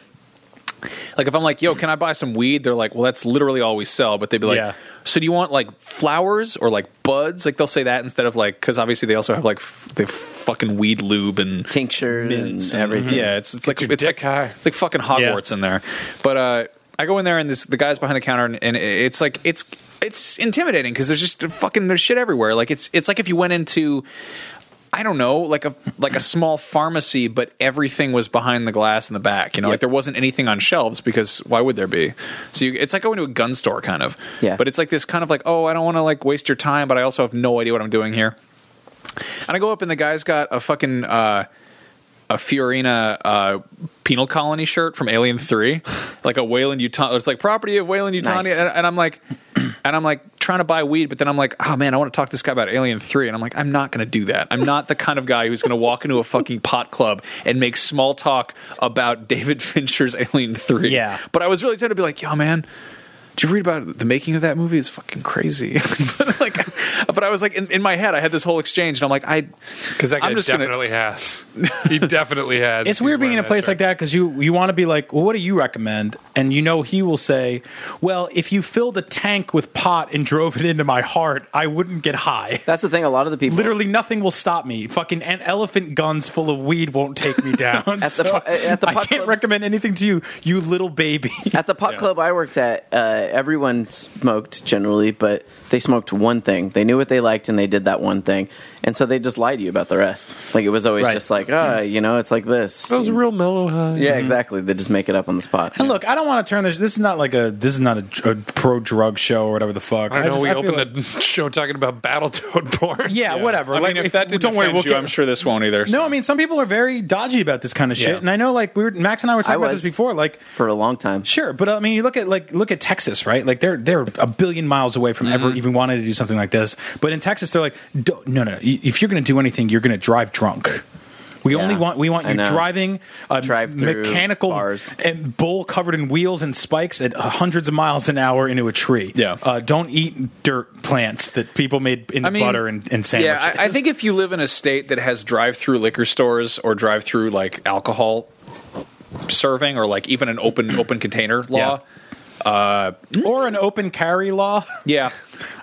S1: Like if I'm like, yo, can I buy some weed? They're like, well, that's literally all we sell. But they'd be like,
S3: Yeah.
S1: so do you want like flowers or like buds? Like they'll say that instead of like, because obviously they also have like f- they fucking weed lube and
S5: Tincture
S1: mints
S5: and
S1: and-
S5: everything.
S1: Yeah, it's it's like
S4: your
S1: it's
S4: dick
S1: like,
S4: high.
S1: it's like fucking Hogwarts
S3: Yeah.
S1: in there. But uh, I go in there and this the guys behind the counter and, and it's like it's it's intimidating because there's just fucking there's shit everywhere. Like it's it's like if you went into I don't know, like a like a small pharmacy, but everything was behind the glass in the back. You know, like there wasn't anything on shelves because why would there be? So you, it's like going to a gun store, kind of.
S5: Yeah.
S1: But it's like this kind of like, oh, I don't want to like waste your time, but I also have no idea what I'm doing here. And I go up and the guy's got a fucking uh, a Fiorina uh, penal colony shirt from Alien Three, like a Wayland Utah. It's like property of Wayland Utah,
S5: Nice.
S1: and, and I'm like, and I'm like trying to buy weed, but then I'm like, oh man, I want to talk to this guy about Alien Three, and I'm like, I'm not going to do that. I'm not the kind of guy who's going to walk into a fucking pot club and make small talk about David Fincher's Alien Three.
S3: Yeah.
S1: but I was really tempted to be like, yo, man. Did you read about the making of that movie? It's fucking crazy. but like, but I was like, in, in my head, I had this whole exchange, and I'm like, I,
S4: Because that guy
S1: I'm just gonna-
S4: definitely has. He definitely has.
S3: It's weird being in a place like that because you you want to be like, well, what do you recommend? And you know he will say, well, if you filled a tank with pot and drove it into my heart, I wouldn't get high.
S5: That's the thing. A lot of the people
S3: Literally nothing will stop me. Fucking an elephant guns full of weed won't take me down.
S5: At the
S3: So
S5: po- at the
S3: I
S5: pot
S3: can't
S5: club-
S3: recommend anything to you, you little baby.
S5: At the pot club I worked at, uh, everyone smoked generally, but they smoked one thing. They knew what they liked and they did that one thing. And so they just lied to you about the rest. Like it was always
S3: Right.
S5: just like, oh, you know, it's like this.
S4: That was a real mellow high.
S5: yeah, exactly. They just make it up on the spot.
S3: mm-hmm. And look, I don't want to turn this. This is not like a. This is not a, a pro drug show or whatever the fuck.
S4: I don't know.
S3: just-
S4: we
S3: I feel
S4: opened
S3: like-
S4: the show talking about Battletoad porn.
S3: Yeah, whatever.
S1: I mean,
S3: Like,
S1: if, that didn't
S3: don't worry, we'll
S1: you,
S3: get-
S1: I'm sure this won't either.
S3: No, I mean some people are very dodgy about this kind of shit,
S1: Yeah.
S3: and I know like we were Max and I were talking
S5: I
S3: about
S5: was.
S3: this before. Like,
S5: for a long time.
S3: sure, but uh, I mean, you look at like look at Texas, right? Like they're they're a billion miles away from
S1: Mm-hmm.
S3: ever even wanting to do something like this. But in Texas, they're like, "Don't- no, no, no. If you're going to do anything, you're going to drive drunk. We only want we want
S5: I
S3: you
S5: know.
S3: driving a
S5: Drive-through
S3: mechanical
S5: bars.
S3: and bull covered in wheels and spikes at uh, hundreds of miles an hour into a tree.
S1: Yeah.
S3: uh, don't eat dirt plants that people made in
S1: I mean,
S3: butter and, and
S1: yeah,
S3: sandwiches.
S1: I, I think if you live in a state that has drive-through liquor stores or drive-through like alcohol serving or like even an open open container law,
S3: or an open carry law.
S1: yeah,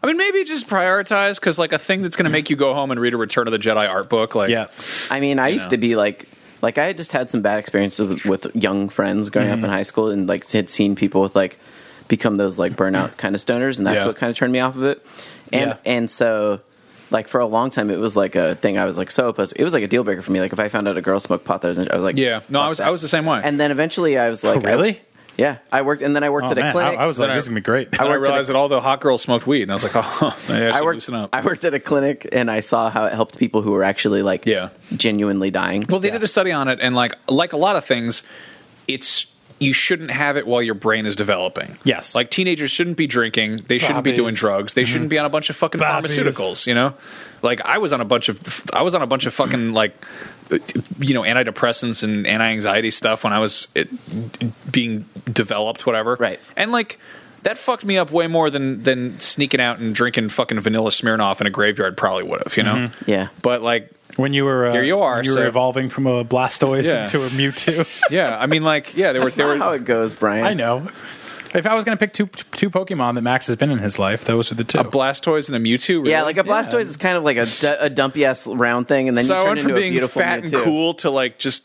S1: I mean maybe just prioritize because like a thing that's going to make you go home and read a Return of the Jedi art book, like
S3: yeah.
S5: I mean, I used to be like, like I had just had some bad experiences with, with young friends growing up
S1: Mm-hmm.
S5: in high school, and like had seen people with like become those like burnout kind of stoners, and that's
S1: Yeah.
S5: what kind of turned me off of it. And
S3: Yeah.
S5: and so like for a long time, it was like a thing I was like so opposed. It was like a deal breaker for me. Like if I found out a girl smoked pot, that I was, I was like,
S1: yeah. No, I
S5: fuck
S1: was
S5: that.
S1: I was Oh, the same way.
S5: And then eventually, I was like, I-
S3: Really?
S5: yeah, I worked, and then I worked
S3: Oh,
S5: at a
S3: man,
S5: clinic.
S3: I, I was like,
S1: Then I-
S3: this is gonna be great.
S1: Then I,
S5: worked at a-
S1: realized that all the hot girls smoked weed, and I was like, oh, I,
S5: I
S1: should
S5: worked.
S1: loosen up.
S5: I worked at a clinic, and I saw how it helped people who were actually like
S1: Yeah.
S5: genuinely dying.
S1: Well, they did a study on it, and like like a lot of things, it's you shouldn't have it while your brain is developing.
S3: Yes.
S1: like teenagers shouldn't be drinking. They shouldn't be
S4: Bobbies.
S1: doing drugs.
S5: Mm-hmm.
S1: They shouldn't be on a bunch of fucking
S3: Bobbies.
S1: pharmaceuticals. You know, like I was on a bunch of I was on a bunch of fucking like you know antidepressants and anti-anxiety stuff when I was it, being developed, whatever.
S5: Right.
S1: and like. That fucked me up way more than than sneaking out and drinking fucking vanilla Smirnoff in a graveyard probably would have, you know.
S5: Yeah.
S1: But like
S3: when you were uh,
S1: Here you are,
S3: you were
S1: so-
S3: evolving from a Blastoise
S1: Yeah.
S3: into a Mewtwo.
S1: yeah, I mean like yeah, there were
S5: That's
S1: there
S5: not
S1: were
S5: how it goes, Brian.
S3: I know. If I was gonna pick two two Pokemon that Max has been in his life, those are the two.
S1: a Blastoise and a Mewtwo. Really?
S5: Yeah, like a Blastoise is kind of like a, du- a dumpy ass round thing, and then
S1: so
S5: you
S1: I
S5: turn
S1: went
S5: into
S1: from
S5: a
S1: being
S5: beautiful
S1: fat
S5: Mewtwo.
S1: and cool to like just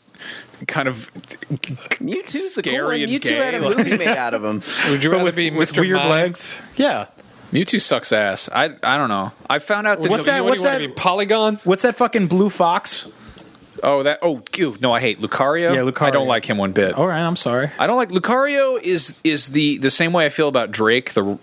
S1: kind of
S5: Mewtwo's a cool
S1: Scary
S5: one.
S1: and
S5: Mewtwo
S1: gay,
S5: had a
S1: like-
S5: movie made out of him.
S4: Would you rather be Mr.
S3: weird
S4: Mime?
S3: legs. Yeah.
S1: Mewtwo sucks ass. I I don't know. I found out that
S3: What's
S4: What
S3: that-
S4: do you
S3: what's
S4: want to
S3: that-
S4: be Polygon?
S3: What's that fucking blue fox?
S1: oh that oh ew, no I hate Lucario.
S3: Yeah, Lucario. Oh.
S1: I don't like him one bit.
S3: All right, I'm sorry.
S1: I don't like Lucario is is the the same way I feel about Drake the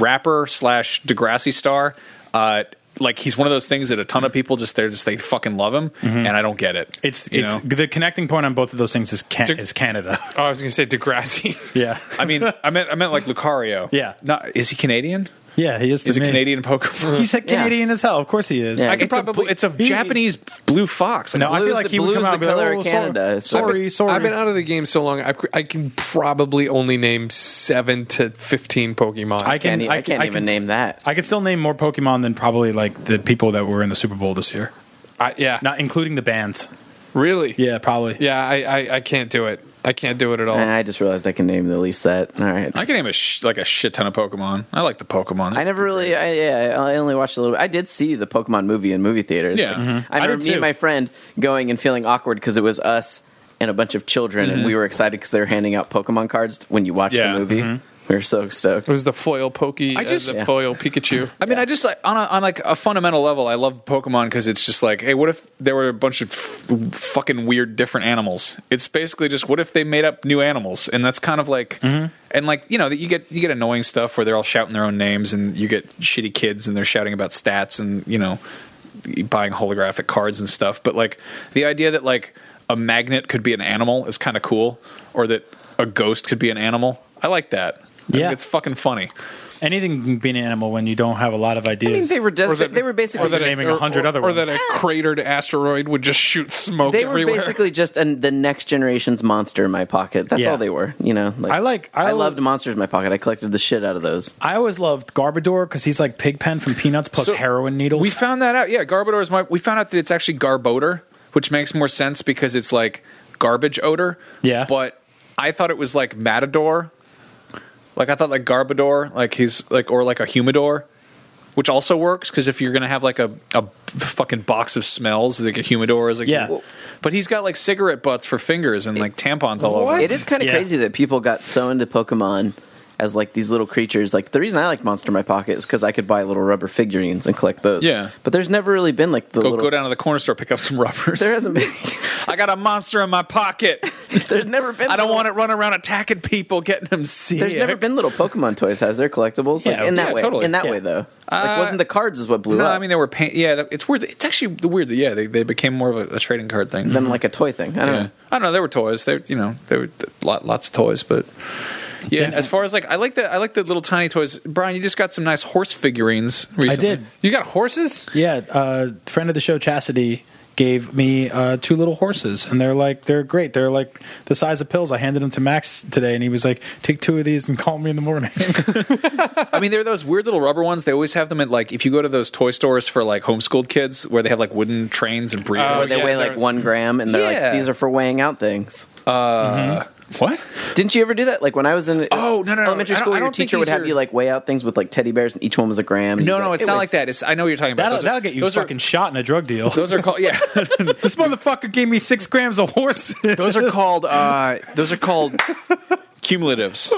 S1: rapper slash Degrassi star. Uh, like he's one of those things that a ton of people just they're just they fucking love him, and I don't get it.
S3: Mm-hmm. It's
S1: you
S3: it's
S1: know?
S3: the connecting point on both of those things is can-
S1: Dick-
S3: is Canada.
S4: Oh, I was going to say Degrassi.
S3: yeah,
S1: I mean, I meant I meant like Lucario.
S3: Yeah.
S1: not is he Canadian?
S3: yeah, he is. to
S1: He's a
S3: me.
S1: Canadian Pokemon.
S3: He's a Canadian as hell. Of course he is.
S5: Yeah.
S1: I could
S4: It's a
S1: probably.
S4: blue-
S1: it's a
S3: he-
S1: Japanese blue fox.
S3: No, I
S5: Blue
S3: feel
S5: is
S3: like
S5: the-
S3: he would
S5: blue
S3: come
S5: is
S3: out
S5: the
S3: and be like,
S5: color of
S3: "Oh,
S5: Canada." It's-
S3: Sorry, sorry, sorry.
S4: I've been out of the game so long. I, I can probably only name seven to fifteen Pokemon.
S3: I can.
S5: Can't e- I can't even
S3: s-
S5: name that.
S3: I could still name more Pokemon than probably like the people that were in the Super Bowl this year,
S4: I- yeah,
S3: not including the bands.
S4: really.
S3: Yeah, probably.
S4: Yeah, I, I, I can't do it. I can't do it at all.
S5: I I just realized I can name the least that. All right.
S1: I can name a sh- like a shit ton of Pokemon. I like the Pokemon.
S5: I never really. I, yeah, I only watched a little. bit. I did see the Pokemon movie in movie theaters.
S1: Yeah.
S5: Like,
S1: Mhm.
S5: I
S3: I
S5: remember
S3: did
S5: me
S3: too.
S5: and my friend going and feeling awkward because it was us and a bunch of children, and we were excited because they were handing out Pokemon cards when you watched
S1: Yeah.
S5: the movie. We were so stoked.
S4: it was the foil Pokey.
S1: I
S4: I
S1: just-
S4: just the
S5: Yeah.
S4: foil Pikachu.
S1: I mean, I just like on a, on like a fundamental level, I love Pokemon because it's just like, hey, what if there were a bunch of f- fucking weird different animals? It's basically just what if they made up new animals, and that's kind of like, and like you know that you get you get annoying stuff where they're all shouting their own names, and you get shitty kids and they're shouting about stats and you know buying holographic cards and stuff. But like the idea that like a magnet could be an animal is kind of cool, or that a ghost could be an animal. I like that. I think
S3: Yeah.
S1: it's fucking funny.
S3: Anything can be an animal when you don't have a lot of
S5: I mean,
S3: ideas.
S5: they were
S4: Or
S5: just.
S4: that-
S5: They were basically.
S3: that
S5: just-
S3: naming a hundred
S4: or-
S3: other
S4: or
S3: ones.
S4: that a cratered asteroid would just shoot smoke
S5: they were
S4: everywhere.
S5: basically just an, the next generation's monster in my pocket. That's
S3: Yeah.
S5: all they were. You know.
S3: I like- I
S5: I,
S3: lo-
S5: loved monsters in my pocket. I collected the shit out of those.
S3: I always loved Garbodor because he's like Pigpen from Peanuts plus
S1: So,
S3: heroin needles.
S1: We found that out. Yeah, Garbodor is my. We found out that it's actually Garboder, which makes more sense because it's like garbage odor.
S3: Yeah.
S1: But I thought it was like Matador. Like I thought like Garbodor, like he's like or like a humidor, which also works because if you're gonna have like a a fucking box of smells, like a humidor is like
S3: Yeah.
S1: But he's got like cigarette butts for fingers and like tampons all over.
S4: What?
S5: It is kind of
S3: Yeah.
S5: crazy that people got so into Pokemon as like these little creatures. Like the reason I like Monster in My Pocket is because I could buy little rubber figurines and collect those.
S1: Yeah.
S5: but there's never really been like the
S1: Go,
S5: little.
S1: go down to the corner store, pick up some rubbers.
S5: There hasn't been.
S1: I got a monster in my pocket.
S5: there's never been.
S1: I don't
S5: little-
S1: want it running around attacking people, getting them sick.
S5: There's never been little Pokemon toys. Has there collectibles? Like,
S3: Yeah,
S5: in that
S1: yeah,
S5: way.
S1: totally.
S5: In that
S1: Yeah.
S5: way, though,
S1: Uh,
S5: like wasn't the cards is what blew
S1: No,
S5: up?
S1: I mean they were paint. Yeah, that- it's weird. It's actually the weird. that- Yeah, they, they became more of a, a trading card thing.
S5: then like a toy thing. I don't
S1: yeah.
S5: know.
S1: I don't know. They were toys. They you know they were lot, lots of toys, but yeah. As far as like I like the I like the little tiny toys. Brian, you just got some nice horse figurines. Recently.
S3: I did.
S4: you got horses?
S3: Yeah, uh, friend of the show Chastity gave me uh, two little horses, and they're like they're great. They're like the size of pills. I handed them to Max today, and he was like, "Take two of these and call me in the morning."
S1: I mean, they're those weird little rubber ones. They always have them at like if you go to those toy stores for like homeschooled kids where they have like wooden trains and breeders.
S4: Oh,
S5: Where they
S4: yeah,
S5: weigh
S4: they're-
S5: like one gram, and they're
S1: Yeah.
S5: like, these are for weighing out things.
S1: Uh, Mm-hmm. what?
S5: Didn't you ever do that? Like when I was in
S1: Oh, no, no, no.
S5: elementary
S1: I don't-
S5: school,
S1: I
S5: your
S1: don't think
S5: teacher would
S1: these
S5: have
S1: are-
S5: you like weigh out things with like teddy bears, and each one was a gram. and
S1: No,
S5: you'd be
S1: no,
S5: like,
S1: it's
S5: "It
S1: not
S5: weighs
S1: like that. It's I know what you're talking about.
S3: that'll,
S1: Those are-
S3: that'll get you
S1: those are-
S3: fucking shot in a drug deal.
S1: those are called yeah.
S3: this motherfucker gave me six grams of horse.
S1: Those are called. Uh, those are called cumulatives.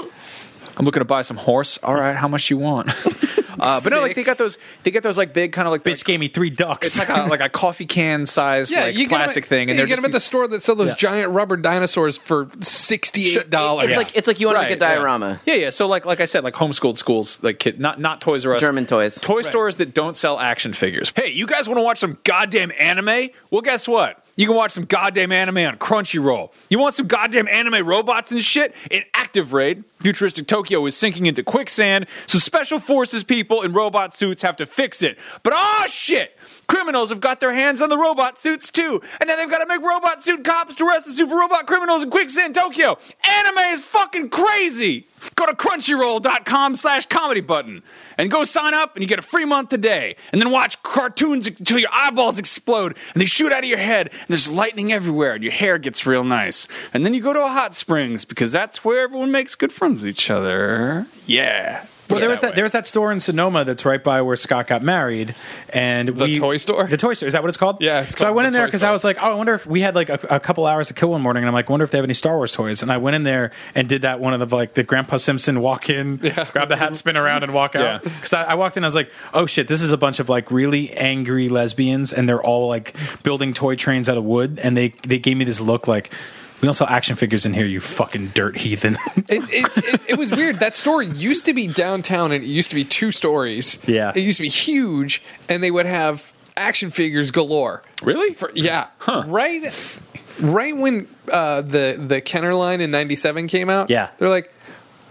S1: I'm looking to buy some horse. All right, how much you want? Uh, but no, like they got
S4: Six.
S1: those. They get those like big kind of like
S3: Bitch gave me three ducks.
S1: It's like a like a coffee can size
S4: Yeah,
S1: like
S4: you get 'em
S1: plastic
S4: at-
S1: thing, and
S4: you
S1: they're
S4: get
S1: just
S4: them at the
S1: these-
S4: store that sell those
S3: Yeah.
S4: giant rubber dinosaurs for sixty-eight dollars.
S5: It's like it's like you want to
S1: Right,
S5: make a diorama.
S1: Yeah. yeah, yeah. So like like I said, like homeschooled schools, like kid, not not Toys R Us,
S5: German toys.
S1: toy stores that don't sell action figures. Hey, you guys want to watch some goddamn anime? Well, guess what? You can watch some goddamn anime on Crunchyroll. You want some goddamn anime robots and shit? In Active Raid, futuristic Tokyo is sinking into quicksand, so special forces people in robot suits have to fix it. But ah, shit! Criminals have got their hands on the robot suits too, and now they've got to make robot suit cops to arrest the super robot criminals in quicksand Tokyo. Anime is fucking crazy! Go to crunchyroll.com slash comedy button and go sign up and you get a free month today. And then watch cartoons until your eyeballs explode and they shoot out of your head and there's lightning everywhere and your hair gets real nice. And then you go to a hot springs because that's where everyone makes good friends with each other. Yeah.
S3: Well, there
S1: Yeah,
S3: was that,
S1: way.
S3: there was that store in Sonoma that's right by where Scott got married, and the
S4: toy store?
S3: The toy store is that what it's called?
S4: Yeah, it's
S3: so I
S4: called
S3: went
S4: the
S3: in there
S4: toy
S3: because
S4: store.
S3: I was like, oh, I wonder if we had like a, a couple hours to kill one morning, and I'm like, wonder if they have any Star Wars toys. And I went in there and did that one of the like the Grandpa Simpson walk in, grab the hat, spin around, and walk out.
S1: Yeah.
S3: Because I, I walked in, I was like, oh shit, this is a bunch of like really angry lesbians, and they're all like building toy trains out of wood, and they they gave me this look like. We don't sell action figures in here, you fucking dirt heathen.
S4: It, it, it, it was weird. That store used to be downtown, and it used to be two stories.
S3: Yeah.
S4: it used to be huge, and they would have action figures galore.
S1: Really?
S4: For, yeah, right. Right when uh, the the Kenner line in '97 came out,
S3: Yeah. Uh-huh.
S4: they're like,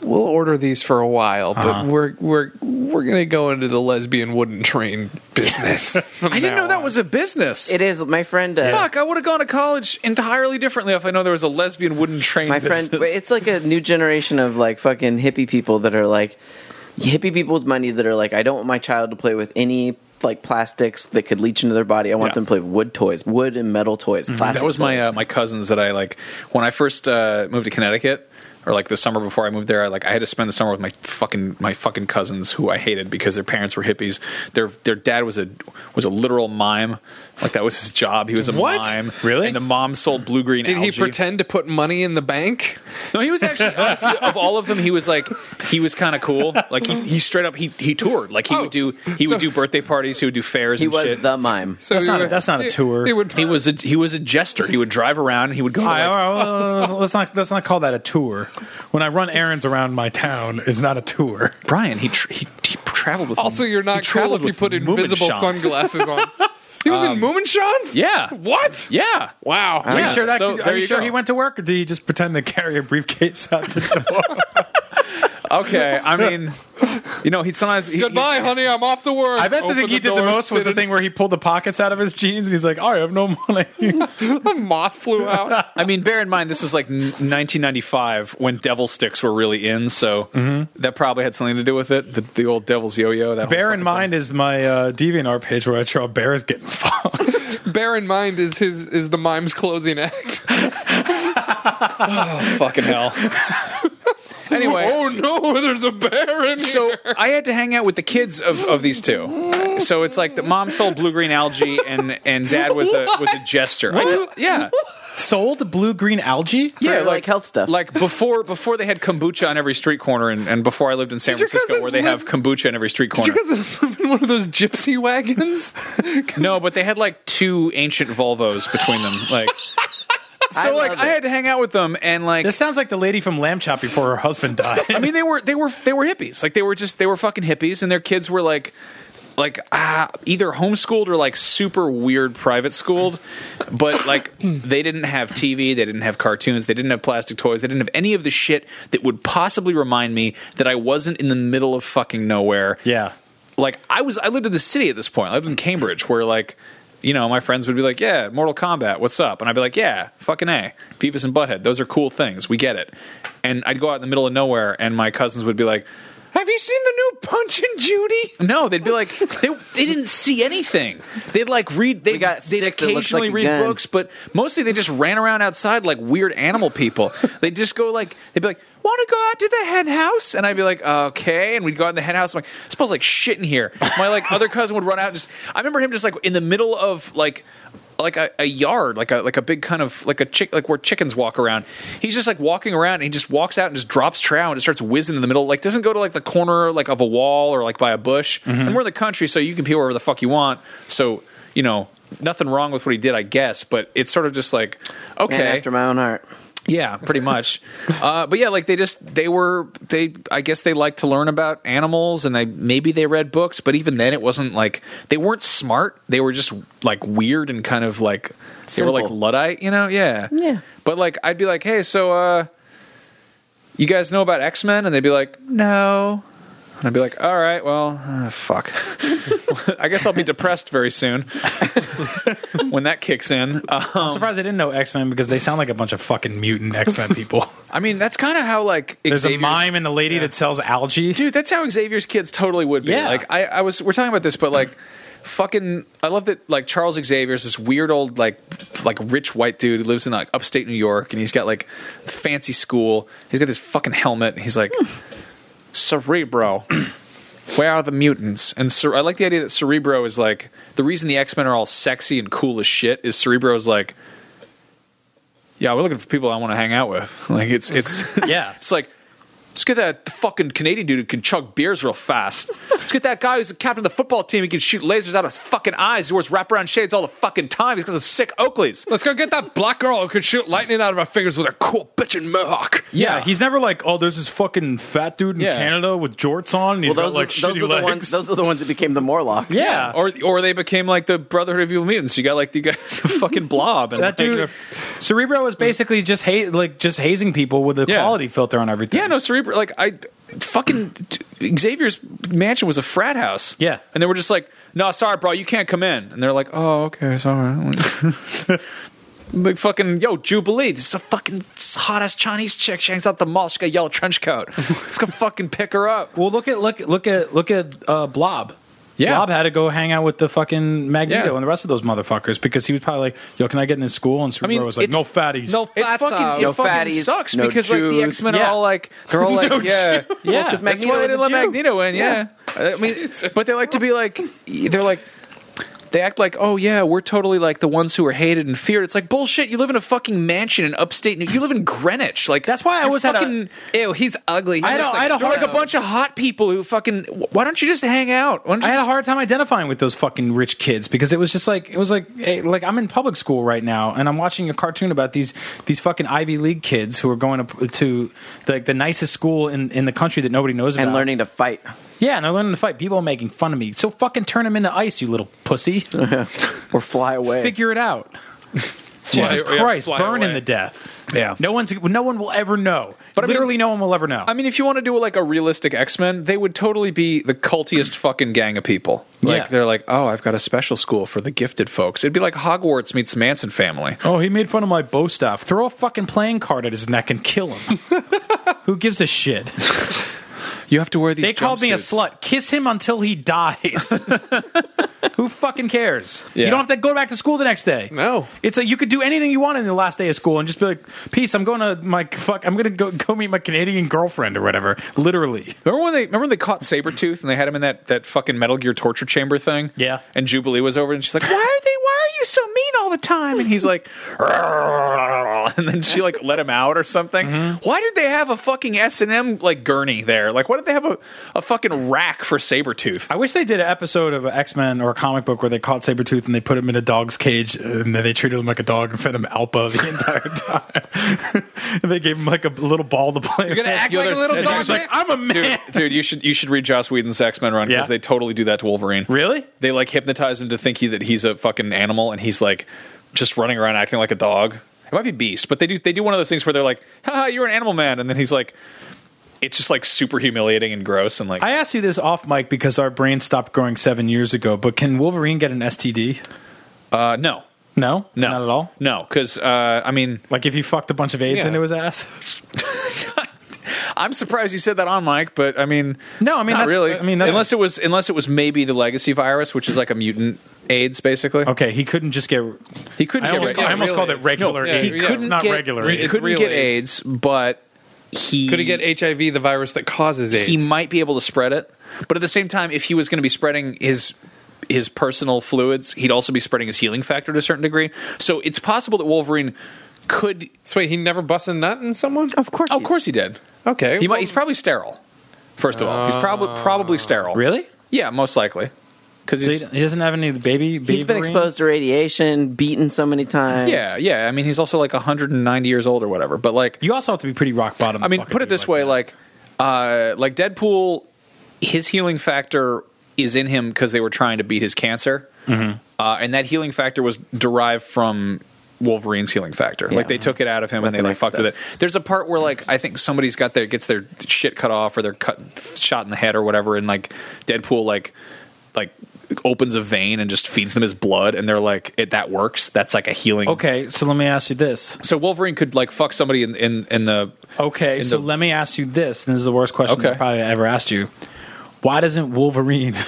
S4: we'll order these for a while, but we're we're we're gonna go into the lesbian wooden train business.
S1: I didn't know that was a business.
S5: It is my friend. Uh,
S1: Fuck, I would have gone to college entirely differently if I know there was a lesbian wooden train.
S5: my
S1: business.
S5: friend it's like a new generation of like fucking hippie people that are like hippie people with money that are like i don't want my child to play with any like plastics that could leach into their body i want
S1: Yeah.
S5: them to play with wood toys wood and metal toys plastic
S1: That was my
S5: toys.
S1: uh, my cousins that I like when I first uh, moved to Connecticut or like the summer before I moved there. I like I had to spend the summer with my fucking my fucking cousins who I hated because their parents were hippies. Their their dad was a was a literal mime, like that was his job. He was a
S3: What?
S1: mime,
S3: Really?
S1: And the mom sold blue green.
S4: Did he
S1: algae.
S4: pretend to put money in the bank?
S1: No, he was actually honestly, of all of them. He was like he was kind of cool. Like he, he straight up he he toured. Like he
S4: Oh,
S1: would do he
S4: so-
S1: would do birthday parties. He would do fairs.
S5: he
S1: and
S5: was
S1: shit.
S5: the mime
S4: So
S3: That's
S4: he
S3: not a-
S4: would-
S3: that's not a
S4: he-
S3: tour.
S4: He would
S1: he was a he was a jester. He would drive around. and He would go. to,
S3: All right,
S1: like,
S3: all right, well, let's- let's not let's not call that a tour. When I run errands around my town, it's not a tour.
S1: Brian, he, tr- he, he traveled with.
S4: Also, you're
S1: he
S4: not cool
S1: traveled
S4: if you
S1: with
S4: put invisible
S1: Mumenschans.
S4: sunglasses on. He was
S3: Um,
S4: in Moominshans?
S1: yeah.
S4: What?
S1: Yeah.
S4: Wow.
S3: Are
S1: Yeah,
S3: you sure that?
S1: so
S3: are
S1: there
S3: you,
S1: you
S3: sure
S1: go.
S3: he went to work, or did he just pretend to carry a briefcase out the door?
S1: Okay. I mean, you know, he sometimes he,
S4: Goodbye, honey. I'm off to work.
S3: I bet the
S4: Open
S3: thing he did the
S4: door,
S3: most was
S4: sit
S3: the
S4: in-
S3: thing where he pulled the pockets out of his jeans, and he's like, "I have no money."
S4: A moth flew out.
S1: I mean, bear in mind this was like n- 1995 when devil sticks were really in, so that probably had something to do with it. The, the old devil's yo-yo. That whole
S3: Mm-hmm. Bear in
S1: fucking
S3: mind is my uh, DeviantArt page where I draw bears getting fucked.
S4: Bear in mind is his is the mime's closing act.
S1: thing. fucking hell. anyway,
S4: oh no, there's a bear in
S1: so
S4: here.
S1: I had to hang out with the kids of, of these two. So it's like the mom sold blue green algae and and dad was a was a jester. I do- yeah.
S3: Sold blue green algae.
S5: For, like, health stuff.
S1: Like before before they had kombucha on every street corner and, and before I lived in San
S4: Did your
S1: Francisco
S4: cousins
S1: where they
S4: live-
S1: have kombucha on every street
S4: Did
S1: corner.
S4: you guys live in one of those gypsy wagons?
S1: no, but they had like two ancient Volvos between them. Like So like
S5: love
S1: I
S5: it.
S1: had to hang out with them and like
S3: This sounds like the lady from Lamb Chop before her husband died.
S1: I mean, they were they were they were hippies. Like they were just they were fucking hippies, and their kids were like like ah, either homeschooled or like super weird private schooled. But like they didn't have TV, they didn't have cartoons, they didn't have plastic toys, they didn't have any of the shit that would possibly remind me that I wasn't in the middle of fucking nowhere
S3: yeah.
S1: like I was I lived in the city at this point. I lived in Cambridge where like you know, my friends would be like, "Yeah, Mortal Kombat, what's up?" And I'd be like, "Yeah, fucking A. Beavis and Butthead, those are cool things. We get it." And I'd go out in the middle of nowhere and my cousins would be like,
S4: Have you seen the new Punch and Judy?
S1: "No, they'd be like they they didn't see anything. They'd like read they
S5: We got
S1: they'd
S5: sick that looks
S1: occasionally
S5: like a
S1: read
S5: gun.
S1: books, but mostly they just ran around outside like weird animal people. they'd just go like they'd be like, "Want to go out to the hen house?" And I'd be like, "Okay." And we'd go out in the hen house. I'm like, "It smells like shit in here." My like other cousin would run out. And just I remember him just like in the middle of like. Like a, a yard, like a like a big kind of like a chick, like where chickens walk around. He's just like walking around, and he just walks out and just drops trout and it starts whizzing in the middle. Like doesn't go to like the corner like of a wall or like by a bush. And we're in the country, so you can pee wherever the fuck you want. So you know, nothing wrong with what he did, I guess, but it's sort of just like,
S5: Man
S1: okay,
S5: after my own heart
S1: yeah, pretty much. uh, but yeah, like they just they were they I guess they liked to learn about animals and they maybe they read books, but even then it wasn't like they weren't smart. They were just like weird and kind of like they were like
S5: Simple.
S1: luddite, you know? Yeah,
S5: Yeah.
S1: But like I'd be like, hey, so uh, you guys know about X Men? And they'd be like, no. And I'd be like, all right, well, uh, fuck. I guess I'll be depressed very soon when that kicks in.
S3: I'm
S1: Um,
S3: surprised I didn't know X Men because they sound like a bunch of fucking mutant X Men people.
S1: I mean, that's kind of how like
S3: There's
S1: Xavier's-
S3: a mime and a lady that sells algae.
S1: dude. That's how Xavier's kids totally would be.
S3: Yeah.
S1: Like I, I was, we're talking about this, but like, fucking, I love that. Like Charles Xavier's this weird old like, like rich white dude who lives in like upstate New York, and he's got like fancy school. He's got this fucking helmet. And he's like, Cerebro. Where are the mutants? And Cer- I like the idea that Cerebro is like the reason the X Men are all sexy and cool as shit is Cerebro is like, yeah, we're looking for people I want to hang out with. Like it's it's
S3: Yeah.
S1: it's like Let's get that fucking Canadian dude who can chug beers real fast. Let's get that guy who's the captain of the football team. He can shoot lasers out of his fucking eyes. He wears wraparound shades all the fucking time. He's got some sick Oakleys.
S4: Let's go get that black girl who could shoot lightning out of her fingers with her cool bitchin' mohawk.
S3: Yeah, he's never like, oh, there's this fucking fat dude in
S1: Yeah.
S3: Canada with jorts on. And he's
S5: well,
S3: got
S5: those,
S3: like
S5: are,
S3: shitty
S5: those are the
S3: legs.
S5: ones. Those are the ones that became the Morlocks.
S3: yeah.
S1: Or or they became like the Brotherhood of Evil Mutants. You got like you got the fucking blob and
S3: that dude, Cerebro was basically just ha- like just hazing people with a
S1: Yeah.
S3: quality filter on everything.
S1: Yeah, no, Cerebro. Like I, fucking Xavier's mansion was a frat house.
S3: Yeah.
S1: and they were just like, "No, sorry, bro, you can't come in." And they're like, "Oh, okay, sorry." like fucking yo, Jubilee. This is a fucking hot ass Chinese chick. She hangs out the mall. She got a yellow trench coat. Let's go fucking pick her up.
S3: Well, look at look look at look at uh, Blob.
S1: Yeah.
S3: Blob had to go hang out with the fucking Magneto
S1: Yeah.
S3: and the rest of those motherfuckers because he was probably like, "Yo, can I get in this school?" And Cerebro
S1: mean,
S3: was like,
S1: it's-
S3: "No fatties."
S4: No
S1: It
S4: fat
S1: fucking, it
S5: No
S1: fucking
S5: fatties,
S1: sucks
S5: no
S1: because like the
S5: Jews.
S1: X Men
S3: Yeah.
S1: are all like they're all like yeah
S3: Yeah.
S1: because
S3: Well, 'cause
S1: that's why they
S5: Magneto
S1: didn't
S5: was
S1: let
S5: a Jew.
S1: Magneto in yeah. I mean but they like to be like they're like they act like oh yeah we're totally like the ones who are hated and feared it's like bullshit you live in a fucking mansion in upstate New you live in Greenwich like
S3: That's why I
S1: you're
S3: always had a-
S1: fucking,
S4: Ew, he's ugly. He
S3: I had a-
S4: looks like
S3: I had a
S1: you're
S3: hard-
S4: Jordan.
S1: like a bunch of hot people who fucking why don't you just hang out why don't you
S3: I had
S1: just
S3: a hard time identifying with those fucking rich kids because it was just like it was like hey, like I'm in public school right now and I'm watching a cartoon about these these fucking Ivy League kids who are going to, to like the nicest school in, in the country that nobody knows about
S5: and learning to fight.
S3: Yeah, and they're learning to fight. People are making fun of me. So fucking turn them into ice, you little pussy.
S5: or fly away.
S3: Figure it out. Jesus
S4: Fly- yeah,
S3: Christ,
S4: fly
S3: burn in the
S4: away.
S3: death.
S1: Yeah.
S3: no one's no one will ever know. But
S1: I mean-
S3: literally, no one will ever know.
S1: I mean, if you want to do like a realistic X Men, they would totally be the cultiest fucking gang of people. Like
S3: Yeah.
S1: they're like, oh, I've got a special school for the gifted folks. It'd be like Hogwarts meets Manson family.
S3: oh, he made fun of my bow staff. Throw a fucking playing card at his neck and kill him. Who gives a shit?
S1: You have to wear these.
S3: They called me a
S1: jumpsuits.
S3: slut. Kiss him until he dies. Who fucking cares?
S1: Yeah.
S3: You don't have to go back to school the next day.
S4: No.
S3: It's a you could do anything you want in the last day of school and just be like, "Peace, I'm going to my fuck I'm going to go go meet my Canadian girlfriend or whatever." Literally.
S1: Remember when they remember when they caught Sabretooth and they had him in that, that fucking Metal Gear torture chamber thing?
S3: Yeah.
S1: And Jubilee was over and she's like, Why are they why are you so mean all the time? And he's like "Rrrr," and then she like let him out or something.
S3: Mm-hmm.
S1: Why did they have a fucking S and M like gurney there? Like why did they have a, a fucking rack for Sabretooth?
S3: I wish they did an episode of X-Men or a comic book where they caught Sabretooth and they put him in a dog's cage and then they treated him like a dog and fed him Alpa the entire time. and they gave him like a little ball to play You're
S4: gonna act like a little
S3: and
S4: dog,
S3: He's like,
S4: man?
S3: "I'm a man."
S1: Dude, you should you should read Joss Whedon's X Men run because
S3: Yeah.
S1: they totally do that to Wolverine.
S3: Really?
S1: They like hypnotize him to think he, that he's a fucking animal, and he's like just running around acting like a dog. It might be Beast, but they do they do one of those things where they're like, "Ha, you're an animal man," and then he's like, it's just like super humiliating and gross, and like,
S3: I asked you this off mic because our brain stopped growing seven years ago, but can Wolverine get an STD?
S1: uh, no,
S3: No,
S1: no,
S3: not at all.
S1: no, because uh, I mean,
S3: Like if you fucked a bunch of AIDS
S1: Yeah.
S3: into his ass.
S1: I'm surprised you said that on Mike, but I mean,
S3: No, I mean,
S1: not
S3: that's-
S1: really.
S3: I mean, that's-
S1: unless it was unless it was maybe the legacy virus, which is like a mutant AIDS, basically.
S3: Okay, he couldn't just get.
S1: He couldn't
S3: Oh, I
S1: get
S3: almost,
S1: regular-
S3: I almost
S4: real
S3: called it
S4: AIDS.
S3: regular
S4: No, yeah,
S3: AIDS.
S4: he
S3: It's
S4: couldn't
S3: not
S1: get-
S3: regular
S1: He
S4: It's
S3: AIDS.
S1: couldn't
S4: real
S1: get AIDS.
S4: AIDS.
S1: but he
S4: Could he get HIV, the virus that causes AIDS?
S1: He might be able to spread it, but at the same time, if he was going to be spreading his his personal fluids, he'd also be spreading his healing factor to a certain degree. So it's possible that Wolverine could.
S4: So wait, he never busts a nut in someone?
S5: of course.
S1: Oh, of course, he did.
S4: Okay.
S1: He might.
S4: well,
S1: He's probably sterile. First of all, he's probably probably sterile.
S3: Really?
S1: Yeah, most likely. Because
S3: So he, he doesn't have any baby.
S5: He's been
S3: Wolverines?
S5: exposed to radiation, beaten so many times.
S1: yeah, yeah. I mean, he's also like 190 years old or whatever. But like,
S3: You also have to be pretty rock bottom. to
S1: I mean,
S3: fucking
S1: put it
S3: be
S1: this way,
S3: that.
S1: like, uh, like Deadpool, his healing factor is in him because they were trying to beat his cancer,
S3: Mm-hmm.
S1: uh, and that healing factor was derived from Wolverine's healing factor. Like they took it out of him and they like
S5: Weaponized
S1: fucked with it.
S5: stuff.
S1: There's a part where like I think somebody's got their gets their shit cut off or they're cut shot in the head or whatever, and like Deadpool like like opens a vein and just feeds them his blood, and they're like, it that works. That's like a healing.
S3: okay, so let me ask you this.
S1: So Wolverine could like fuck somebody in in, in the
S3: Okay,
S1: In
S3: so
S1: the-
S3: let me ask you this. And this is the worst question
S1: Okay.
S3: I probably ever asked you. Why doesn't Wolverine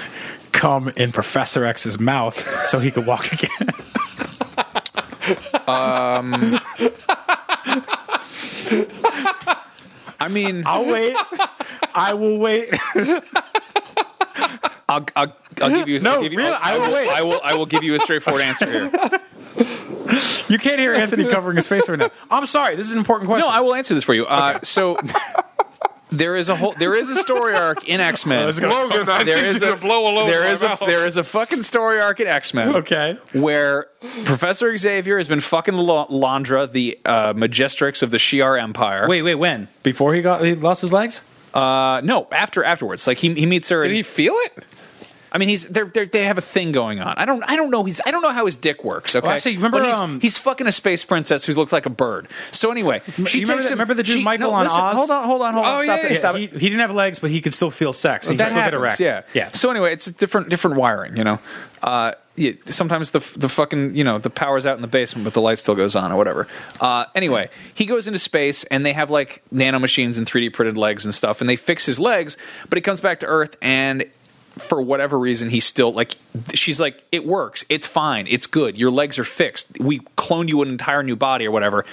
S3: come in Professor X's mouth so he could walk again?
S1: I mean
S3: I'll wait. I will wait.
S1: I'll, I'll, I'll give you.
S3: No,
S1: I'll give you,
S3: really,
S1: I'll-
S3: I will wait.
S1: I will. I will give you a straightforward answer here.
S3: You can't hear Anthony covering his face right now. I'm sorry. This is an important question.
S1: No, I will answer this for you. Uh, so, there is a whole there is a story arc in X Men.
S4: Logan, I
S1: There
S4: think
S1: is
S4: you're
S1: a
S4: gonna blow all over
S1: there
S4: my
S1: is a
S4: mouth.
S1: there is a fucking story arc in X Men.
S3: Okay.
S1: where Professor Xavier has been fucking La- Landra, the uh, Magistrix of the Shi'ar Empire.
S3: Wait, wait, when? Before he got he lost his legs?
S1: uh, no, after afterwards, like he he meets her.
S4: Did
S1: and-
S4: he feel it?
S1: I mean, he's they're, they're, they have a thing going on. I don't I don't know his I don't know how his dick works. Okay,
S3: actually, you remember,
S1: But he's,
S3: um,
S1: he's fucking a space princess who looks like a bird. So anyway, she
S3: you remember
S1: takes
S3: that-
S1: him.
S3: remember the dude
S1: she-
S3: Michael
S1: no,
S3: on
S1: listen,
S3: Oz?
S1: Hold on, hold on, hold on.
S4: Oh,
S1: stop
S4: yeah,
S1: it,
S4: yeah,
S1: stop it.
S3: He, he didn't have legs, but he could still feel sex. He could
S1: That
S3: still
S1: happens,
S3: get erect.
S1: Yeah, So anyway, it's a different different wiring, you know. Uh, yeah, sometimes the the fucking you know the power's out in the basement, but the light still goes on or whatever. Uh, anyway, he goes into space and they have like nano machines and 3D printed legs and stuff, and they fix his legs, but he comes back to Earth and. For whatever reason, he's still like, she's like, it works. It's fine. It's good. Your legs are fixed. We cloned you an entire new body or whatever,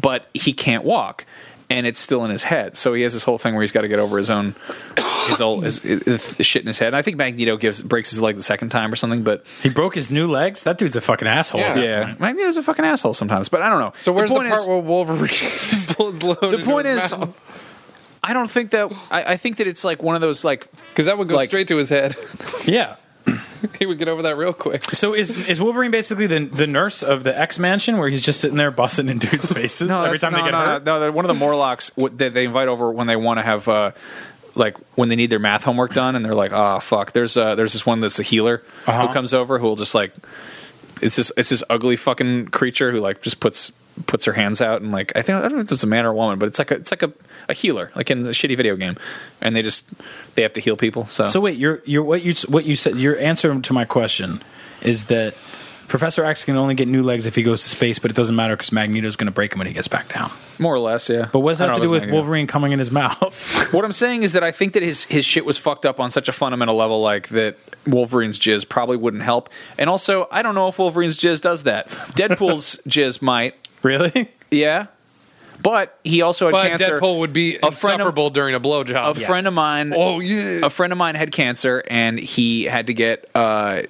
S1: but he can't walk and it's still in his head. So he has this whole thing where he's got to get over his own his old his, his, his shit in his head. And I think Magneto gives breaks his leg the second time or something, but
S3: He broke his new legs? That dude's a fucking asshole.
S4: Yeah.
S1: yeah, Magneto's a fucking asshole sometimes. But I don't know.
S4: So where's the,
S1: point
S4: part
S1: is-
S4: where Wolverine blows load
S1: the point is. I don't think that I, I think that it's like one of those like
S4: because that would go
S1: like-
S4: straight to his head.
S3: Yeah.
S4: he would get over that real quick.
S3: So is is Wolverine basically the the nurse of the X mansion where he's just sitting there busting in dudes' faces every
S1: that's-
S3: time they
S1: no,
S3: get
S1: no,
S3: hurt?
S1: No, no, one of the Morlocks what they, they invite over when they want to have uh, like when they need their math homework done, and they're like, "Ah, fuck." There's uh, there's this one that's a healer
S3: Uh-huh.
S1: who comes over who will just like it's this it's this ugly fucking creature who like just puts puts her hands out and like I think I don't know if it's a man or a woman, but it's like a it's like a, a healer like in a shitty video game, and they just they have to heal people. So
S3: So wait, your your what you what you said your answer to my question is that Professor X can only get new legs if he goes to space, but it doesn't matter because Magneto's going to break him when he gets back down.
S1: more or less, yeah.
S3: But what does
S1: I
S3: that
S1: don't know
S3: have to do
S1: if
S3: with
S1: it's Magneto.
S3: Wolverine coming in his mouth?
S1: What I'm saying is that I think that his his shit was fucked up on such a fundamental level, like that Wolverine's jizz probably wouldn't help, and also I don't know if Wolverine's jizz does that. Deadpool's jizz might,
S3: really?
S1: yeah, but he also had
S4: But
S1: cancer.
S4: Deadpool would be
S1: friend of-
S4: insufferable during a blowjob.
S1: a friend of mine,
S4: Oh, yeah.
S1: a friend of mine had cancer, and he had to get uh,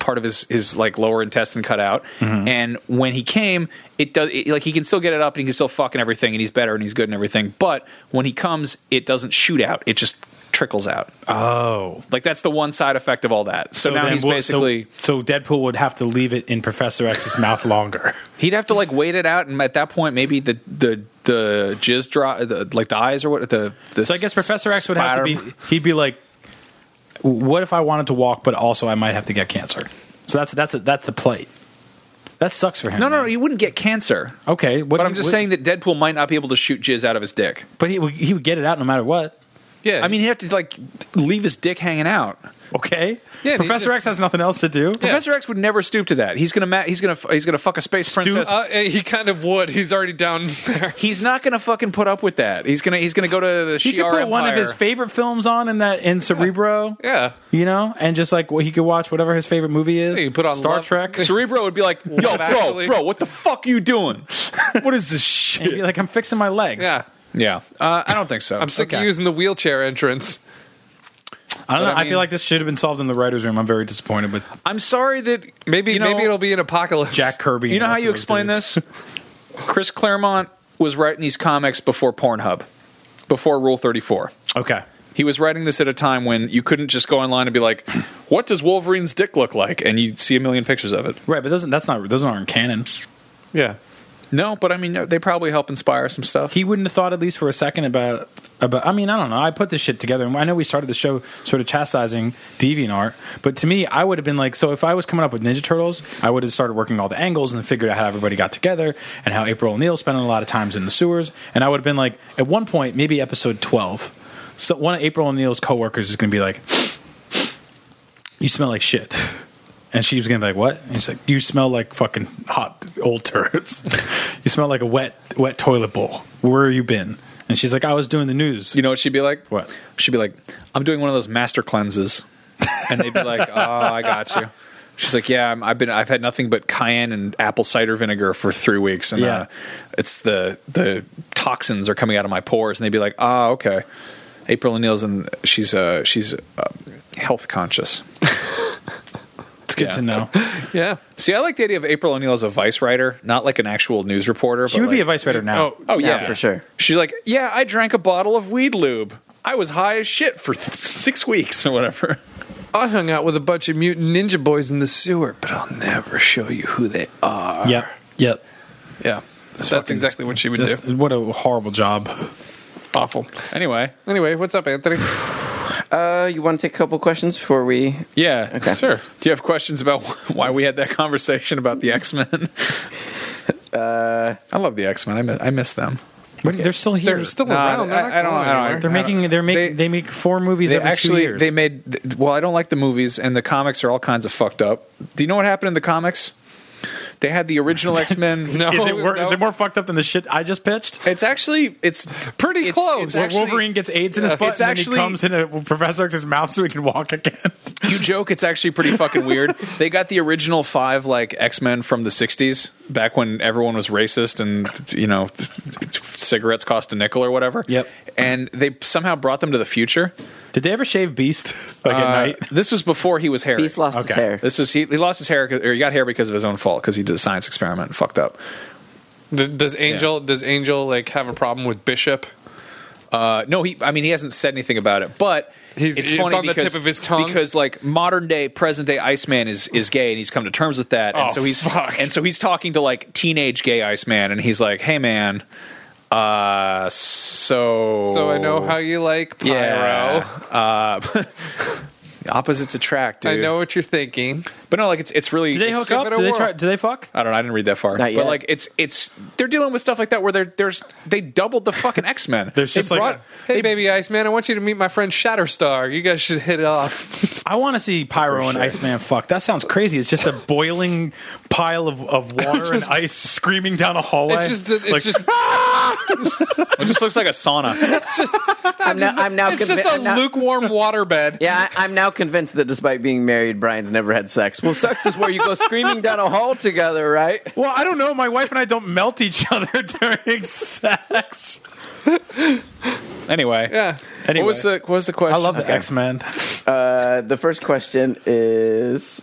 S1: part of his his like lower intestine cut out.
S3: Mm-hmm.
S1: And when he came, it does it, like he can still get it up, and he can still fuck and everything, and he's better and he's good and everything. But when he comes, it doesn't shoot out; it just trickles out.
S3: Oh,
S1: Like that's the one side effect of all that. So, now
S3: then
S1: he's
S3: Wol-
S1: basically
S3: so, so Deadpool would have to leave it in Professor X's mouth longer.
S1: he'd have to like wait it out, and at that point maybe the the the jizz draw the, like the eyes or what the, the
S3: So I guess Professor X would have to
S1: spider-
S3: be. He'd be like, "What if I wanted to walk, but also I might have to get cancer?" So that's that's that's the plight. That sucks for him.
S1: No, no, no,
S3: man.
S1: he wouldn't get cancer.
S3: Okay, what
S1: But
S3: do
S1: I'm
S3: you-
S1: just
S3: what-
S1: saying that Deadpool might not be able to shoot jizz out of his dick.
S3: But he would, he would get it out no matter what.
S4: yeah,
S1: I mean, he'd have to like leave his dick hanging out.
S3: Okay.
S4: Yeah, but he
S3: Professor
S4: just-
S3: X has nothing else to do.
S1: Professor X would never stoop to that. He's gonna ma- he's gonna he's gonna fuck a space princess.
S4: uh, he kind of would. He's already down there.
S1: He's not gonna fucking put up with that. He's gonna he's gonna go to the
S3: He could
S1: Shi'ar
S3: put one of
S1: Empire.
S3: his favorite films on in that in Cerebro.
S4: Yeah.
S3: You know, and just like well, he could watch whatever his favorite movie is.
S4: He could put on
S3: Star
S4: Love-
S3: Trek.
S1: Cerebro would be like, "Yo, bro,
S4: Actually-
S1: bro, what the fuck you doing? What is this shit?"
S3: He'd be like, I'm fixing my legs.
S4: Yeah.
S1: Yeah, uh, I don't think so.
S4: I'm sick
S1: Okay.
S4: of using the wheelchair entrance.
S3: I
S1: But
S3: don't know.
S1: I
S3: I,
S1: mean-
S3: feel like this should have been solved in the writers' room. I'm very disappointed with
S1: I'm sorry that
S4: Maybe
S1: you know,
S4: maybe it'll be an apocalypse.
S3: Jack Kirby.
S1: You
S3: and
S1: know how
S3: also
S1: you
S3: those
S1: explain
S3: dudes.
S1: this? Chris Claremont was writing these comics before Pornhub, before Rule 34.
S3: Okay.
S1: He was writing this at a time when you couldn't just go online and be like, "What does Wolverine's dick look like?" and you'd see a million pictures of it.
S3: Right, but those that's not those aren't canon.
S4: Yeah.
S1: No, but I mean, they probably help inspire some stuff.
S3: He wouldn't have thought at least for a second about about. I mean, I don't know. I put this shit together, and I know we started the show sort of chastising DeviantArt, but to me, I would have been like, so if I was coming up with Ninja Turtles, I would have started working all the angles and figured out how everybody got together and how April O'Neil spent a lot of times in the sewers, and I would have been like, at one point, maybe episode twelve, so one of April O'Neil's coworkers is going to be like, "You smell like shit." And she was gonna be like, "What?" And he's like, "You smell like fucking hot old turds. you smell like a wet, wet toilet bowl. Where have you been?" And she's like, "I was doing the news."
S1: You know what she'd be like?
S3: What?
S1: She'd be like, I'm doing one of those master cleanses. And they'd be like, oh, I got you. She's like, yeah, I'm, I've been, I've had nothing but cayenne and apple cider vinegar for three weeks. And
S3: Yeah.
S1: uh, it's the, the toxins are coming out of my pores. And they'd be like, ah, okay. um, April O'Neil's and she's, uh, she's uh, health conscious.
S3: It's good
S1: Yeah.
S3: to know.
S4: Yeah.
S1: See, I like the idea of April O'Neil as a vice writer, not like an actual news reporter.
S3: She
S1: but
S3: would be a
S1: like-
S3: vice writer now.
S4: Oh,
S1: Oh yeah,
S5: Yeah, for sure.
S1: She's like, yeah, I drank a bottle of weed lube. I was high as shit for six weeks or whatever.
S4: I hung out with a bunch of mutant ninja boys in the sewer, but I'll never show you who they are.
S3: Oh. Yep. Yep.
S4: Yeah. That's,
S3: fucking-
S4: exactly what she would
S3: Just,
S4: do.
S3: What a horrible job.
S4: Awful.
S1: Anyway,
S4: Anyway, what's up, Anthony?
S5: Uh, you want to take a couple questions before we?
S1: yeah,
S5: Okay.
S4: sure.
S1: Do you have questions about wh- why we had that conversation about the X Men? Uh, I love the X Men. I miss, I miss them.
S3: They're still here.
S4: They're still
S1: No,
S4: around.
S1: I- I don't- I don't-
S3: They're making. They're make. They,
S1: They-
S3: make four movies
S1: They
S3: every two
S1: actually
S3: years.
S1: they made th- well. I don't like the movies, and the comics are all kinds of fucked up. Do you know what happened in the comics? They had the original X Men.
S4: No.
S3: is it wor-
S4: No.
S3: is it more fucked up than the shit I just pitched?
S1: It's actually it's
S4: Pretty
S1: it's-
S4: close.
S1: it's
S4: Well,
S3: Where
S1: actually-
S3: Wolverine gets AIDS in his
S1: Yeah.
S3: butt,
S1: It's
S3: and
S1: actually-
S3: then he comes in a Professor X's mouth so he can walk again.
S1: You joke. It's actually pretty fucking weird. they got the original five like X Men from the '60s, back when everyone was racist and you know cigarettes cost a nickel or whatever.
S3: Yep.
S1: And they somehow brought them to the future.
S3: Did they ever shave Beast like at
S1: Uh,
S3: night?
S1: This was before he was hair.
S5: Beast lost his
S3: Okay.
S5: hair.
S1: This is he. He lost his hair, 'cause- or he got hair because of his own fault because he did a science experiment and fucked up.
S4: D- does Angel does Angel like have a problem with Bishop?
S1: Uh, no, he. I mean, he hasn't said anything about it, but
S4: He's-
S1: it's
S4: it's
S1: funny
S4: on the
S1: because-
S4: tip of his tongue.
S1: because like modern day, present day Iceman is is gay, and he's come to terms with that, and
S4: Oh,
S1: so he's
S4: fuck.
S1: and so he's talking to like teenage gay Iceman, and he's like, "Hey, man, uh, so
S4: So I know how you like Pyro.
S1: yeah, uh, opposites attract, dude.
S4: I know what you're thinking.
S1: but no, like it's it's really
S3: Do they
S1: it's-
S3: hook
S4: give
S3: up?
S4: it a
S3: Do they
S4: whirl.
S3: try? Do they fuck?
S1: I don't know. I didn't read that far.
S5: Not
S1: But
S5: yet.
S1: like it's it's they're dealing with stuff like that where they're there's they doubled the fucking X Men.
S3: There's just like.
S4: Brought-
S3: a-
S4: hey, baby Iceman, I want you to meet my friend Shatterstar. You guys should hit it off.
S3: I want to see Pyro and Iceman fuck. That sounds crazy. It's just a boiling pile of, of water and ice screaming down a hallway.
S4: It's just, it's
S3: Like,
S4: just,
S1: it just looks like a sauna.
S4: it's just,
S5: I'm now. I'm now.
S4: it's just
S5: convi-
S4: a
S5: I'm now-
S4: lukewarm waterbed.
S5: Yeah, I, I'm now convinced that despite being married, Brian's never had sex. Well, sex is where you go screaming down a hall together, right?
S3: Well, I don't know. My wife and I don't melt each other during sex.
S1: Anyway,
S4: Yeah.
S3: Anyway,
S1: What was the what was the question?
S3: I love the X Men.
S5: Uh, the first question is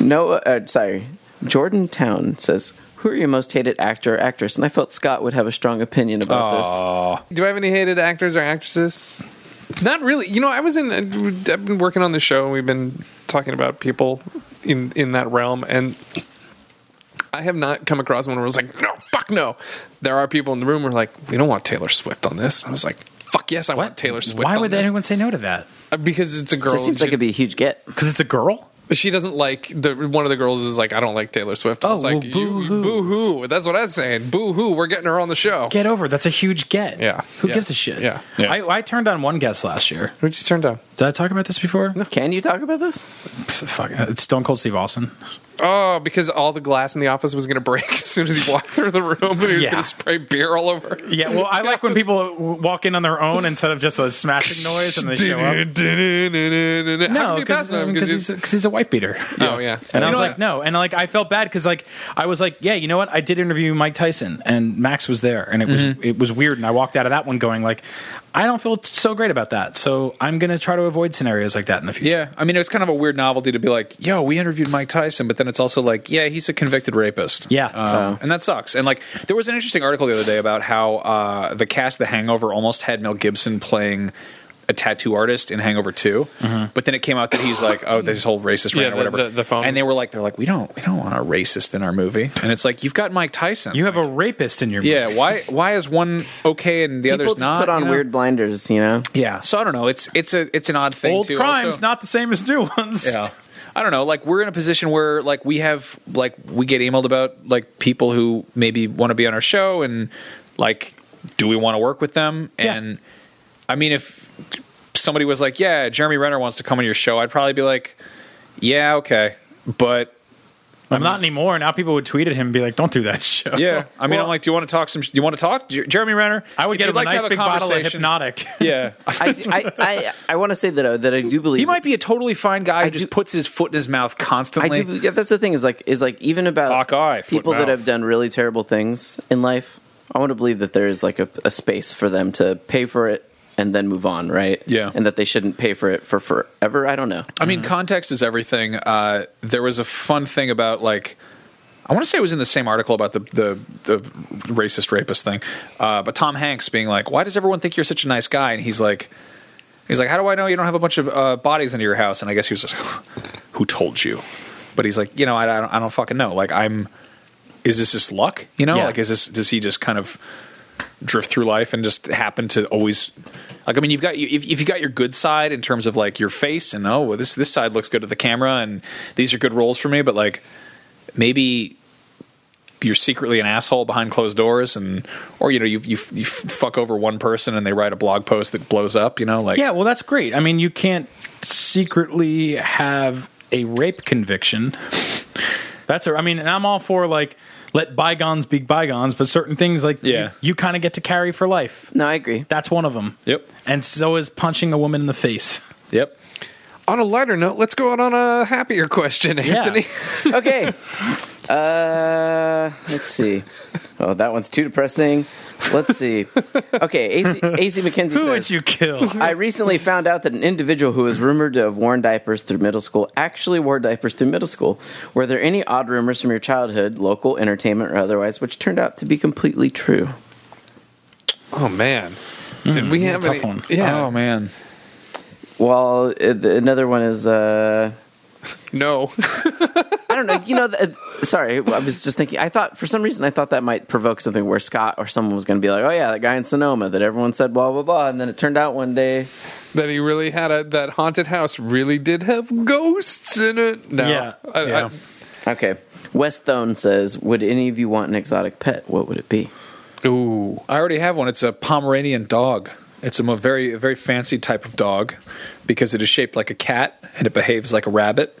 S5: Noah. Uh, sorry, Jordan Town says, "Who are your most hated actor or actress?" And I felt Scott would have a strong opinion about
S4: Do I have any hated actors or actresses? Not really. You know, I was in. uh, I've been working on the show, and we've been talking about people in in that realm, and I have not come across one where I was like, no, fuck no. There are people in the room who are like, we don't want Taylor Swift on this. I was like, fuck yes, I want Taylor Swift.
S3: Why
S4: on
S3: would
S4: this.
S3: anyone say no to that?
S4: Uh, Because it's a
S5: this.
S4: girl.
S5: It just seems
S4: and
S5: like
S4: she,
S5: it'd be a huge get.
S3: Because it's a girl.
S4: she doesn't like the one of the girls is like, I don't like Taylor Swift. I
S3: Oh,
S4: was like,
S3: well,
S4: you- you-
S3: boo-hoo.
S4: boo-hoo. That's what I was saying. Boo hoo. We're getting her on the show.
S3: Get over. it. That's a huge get.
S4: Yeah.
S3: Who
S4: Yeah.
S3: gives a shit?
S4: Yeah.
S1: Yeah.
S3: I, I turned on one guest last year.
S4: Who'd you turn down?
S3: Did I talk about this before? No.
S5: Can you talk about this?
S3: Fuck. It's Stone Cold Steve Austin.
S4: Oh, because all the glass in the office was going to break as soon as he walked through the room, and he was
S3: Yeah.
S4: going to spray beer all over.
S3: Yeah. Well, I like when people walk in on their own instead of just a smashing noise and they show up.
S4: No,
S3: No, because he's, 'cause he's a wife beater.
S4: Oh, yeah.
S3: And I was
S4: You know
S3: like,
S4: what?
S3: no. And like, I felt bad because like, I was like, yeah, you know what? I did interview Mike Tyson and Max was there and it was,
S1: Mm-hmm.
S3: it was weird. And I walked out of that one going like, I don't feel so great about that. So I'm going to try to avoid scenarios like that in the future.
S1: Yeah, I mean, it was kind of a weird novelty to be like, "Yo, we interviewed Mike Tyson," but then it's also like, "Yeah, he's a convicted rapist."
S3: Yeah.
S1: Uh, and that sucks. And like, there was an interesting article the other day about how uh, the cast, The Hangover, almost had Mel Gibson playing a tattoo artist in Hangover 2 but then it came out that he's like, "Oh, this whole racist
S4: Mm-hmm. Yeah,
S1: rant or
S4: the-
S1: whatever."
S4: the- the phone-
S1: And they were like, "They're like, we don't, we don't want a racist in our movie." And it's like, you've got Mike Tyson.
S3: You have a rapist in your movie.
S1: yeah. Why? Why is one okay and the
S5: People
S1: other's
S5: just
S1: not?
S5: put on
S1: you know?
S5: weird blinders, you know.
S1: Yeah. So I don't know. It's it's a it's an odd thing.
S3: Old
S1: too,
S3: crimes,
S1: also.
S3: not the same as new ones.
S1: Yeah. I don't know. Like we're in a position where like we have like we get emailed about like people who maybe want to be on our show and like do we want to work with them?
S3: Yeah.
S1: And I mean if somebody was like, "Yeah, Jeremy Renner wants to come on your show." I'd probably be like, "Yeah, okay." But
S3: I'm not anymore. Now people would tweet at him and be like, don't do that show.
S1: yeah, I mean,
S3: Well,
S1: I'm like, "Do you want to talk some do you want to talk Jer- Jeremy Renner?"
S3: I would
S1: If
S3: get
S1: you'd
S3: him a
S1: to
S3: nice
S1: have
S3: big bottle of
S1: conversation-
S3: hypnotic.
S1: Yeah.
S5: I, I, I, I want to say that uh, that I do believe
S1: He might be a totally fine guy who
S5: do-
S1: just puts his foot in his mouth
S5: I
S1: constantly.
S5: do. Yeah, that's the thing is like is like even about
S1: Hawkeye, foot
S5: people
S1: mouth.
S5: that have done really terrible things in life. I want to believe that there is like a, a space for them to pay for it and then move on, right?
S1: Yeah.
S5: And that they shouldn't pay for it for forever. I don't know.
S1: I mean, context is everything. Uh, there was a fun thing about like. I want to say it was in the same article about the the, the racist rapist thing, uh, but Tom Hanks being like, "Why does everyone think you're such a nice guy?" And he's like, "He's like, how do I know you don't have a bunch of uh, bodies into your house?" And I guess he was just, "Who told you?" But he's like, "You know, I, I don't, I don't fucking know. Like, I'm. Is this just luck? You know,
S3: Yeah.
S1: like, is this does he just kind of drift through life and just happen to always like I mean you've got you if, if you got your good side in terms of like your face and oh well this this side looks good to the camera and these are good roles for me but like maybe you're secretly an asshole behind closed doors and or you know you you, you fuck over one person and they write a blog post that blows up you know like
S3: Yeah, well, that's great. I mean, you can't secretly have a rape conviction. That's a, I mean, and I'm all for like let bygones be bygones, but certain things like
S1: Yeah.
S3: you, kind of get to carry for life.
S5: No, I agree.
S3: That's one of them.
S1: Yep.
S3: And so is punching a woman in the face.
S1: yep
S4: On a lighter note, let's go out on a happier question, Anthony.
S5: Okay. uh, let's see. Oh, that one's too depressing. Let's see. Okay, AC, AC McKenzie
S3: Who
S5: says,
S3: would you kill?
S5: I recently found out that an individual who was rumored to have worn diapers through middle school actually wore diapers through middle school. Were there any odd rumors from your childhood, local, entertainment, or otherwise, which turned out to be completely true?
S4: Oh man, did we
S3: that's
S4: have
S3: a tough
S4: any?
S3: one.
S4: Yeah,
S1: oh man
S5: Well, uh, the- another one is uh,
S4: no.
S5: I don't know. You know, the, sorry, I was just thinking. I thought for some reason I thought that might provoke something where Scott or someone was going to be like, "Oh yeah, that guy in Sonoma that everyone said blah blah blah," and then it turned out one day
S4: that he really had a that haunted house really did have ghosts in it. No,
S3: Yeah.
S4: I,
S3: Yeah.
S5: Okay. West Thone says, "Would any of you want an exotic pet? What would it be?"
S4: I, ooh,
S1: I already have one. It's a Pomeranian dog. It's a mo- very a very fancy type of dog because it is shaped like a cat and it behaves like a rabbit.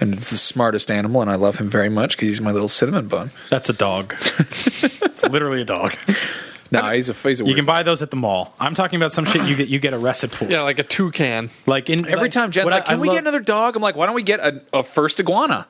S1: And it's the smartest animal, and I love him very much because he's my little cinnamon bun.
S3: That's a dog. it's literally a dog.
S1: No, he's a he's a
S3: You
S1: weird-
S3: can buy those at the mall. I'm talking about some shit you get you get arrested for.
S4: yeah, like a toucan.
S3: Like in
S1: every time Jen's
S3: what I-
S1: like, "Can
S3: I
S1: we
S3: love-
S1: get another dog?" I'm like, "Why don't we get a, a first iguana?"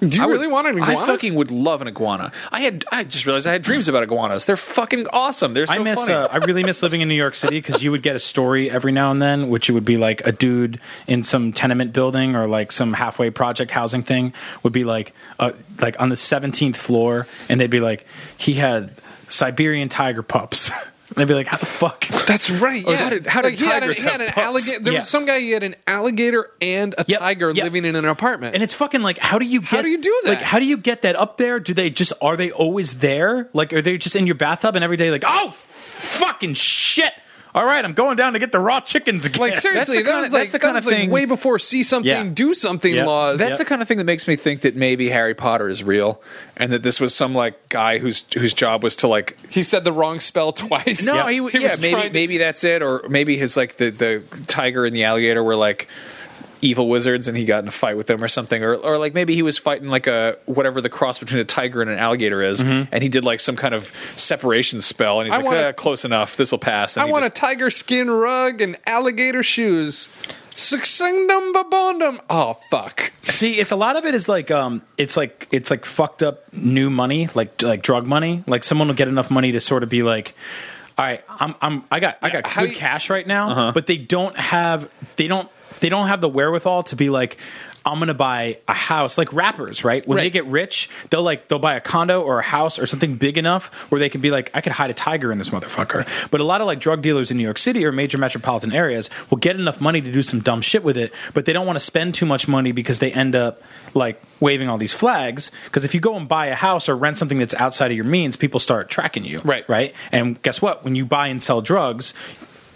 S4: Do you
S1: I would-
S4: really want an iguana?
S1: I fucking would love an iguana. I had I just realized I had dreams about iguanas. They're fucking awesome. They're so
S3: I miss.
S1: funny.
S3: Uh, I really miss living in New York City because you would get a story every now and then, which it would be like a dude in some tenement building or like some halfway project housing thing would be like, uh, like on the seventeenth floor, and they'd be like, he had Siberian tiger pups. they'd be like, how the fuck?
S4: That's right.
S1: Or
S4: Yeah,
S1: how did- how did
S4: Like, he had an,
S1: tigers
S4: he had
S1: have
S4: an
S1: pups?
S4: alligator? There
S3: Yeah.
S4: was some guy. He had an alligator and a
S3: Yep,
S4: tiger
S3: yep.
S4: living in an apartment.
S3: And it's fucking like, how do you get?
S4: How do you do that?
S3: Like, how do you get that up there? Do they just are they always there? Like, are they just in your bathtub and every day like, oh, fucking shit! All right, I'm going down to get the raw chickens again.
S4: like seriously,
S1: the
S4: that
S1: kinda-
S4: was like
S1: that's the
S4: that
S1: kinda
S4: was, like,
S1: thing-
S4: way before see something,
S3: Yeah.
S4: do something
S3: Yep.
S4: laws.
S1: That's
S3: Yep.
S1: the kind of thing that makes me think that maybe Harry Potter is real, and that this was some like guy whose whose job was to like
S4: he said the wrong spell twice.
S1: No, he,
S4: He
S1: yeah,
S4: was
S1: maybe
S4: trying to-
S1: maybe that's it, or maybe his like the the tiger and the alligator were like evil wizards, and he got in a fight with them or something, or or like maybe he was fighting like a whatever the cross between a tiger and an alligator is, and he did like some kind of separation spell, and he's
S4: I
S1: like,
S4: wanna-
S1: "Eh, close enough, this will pass. And
S4: I
S1: he
S4: want a
S1: just-
S4: tiger skin rug and alligator shoes. Succingdum babondum. Oh fuck.
S3: See, it's a lot of it is like um, it's like it's like fucked up new money, like like drug money. Like someone will get enough money to sort of be like, all right, I'm I'm I got I got
S4: how
S3: good
S4: you-
S3: cash right now,
S4: Uh-huh.
S3: but they don't have they don't they don't have the wherewithal to be like. I'm gonna buy a house, like rappers, right? When they
S4: Right.
S3: get rich, they'll like they'll buy a condo or a house or something big enough where they can be like, I could hide a tiger in this motherfucker. But a lot of like drug dealers in New York City or major metropolitan areas will get enough money to do some dumb shit with it, but they don't want to spend too much money because they end up like waving all these flags. Because if you go and buy a house or rent something that's outside of your means, people start tracking you.
S4: Right.
S3: Right. And guess what? When you buy and sell drugs,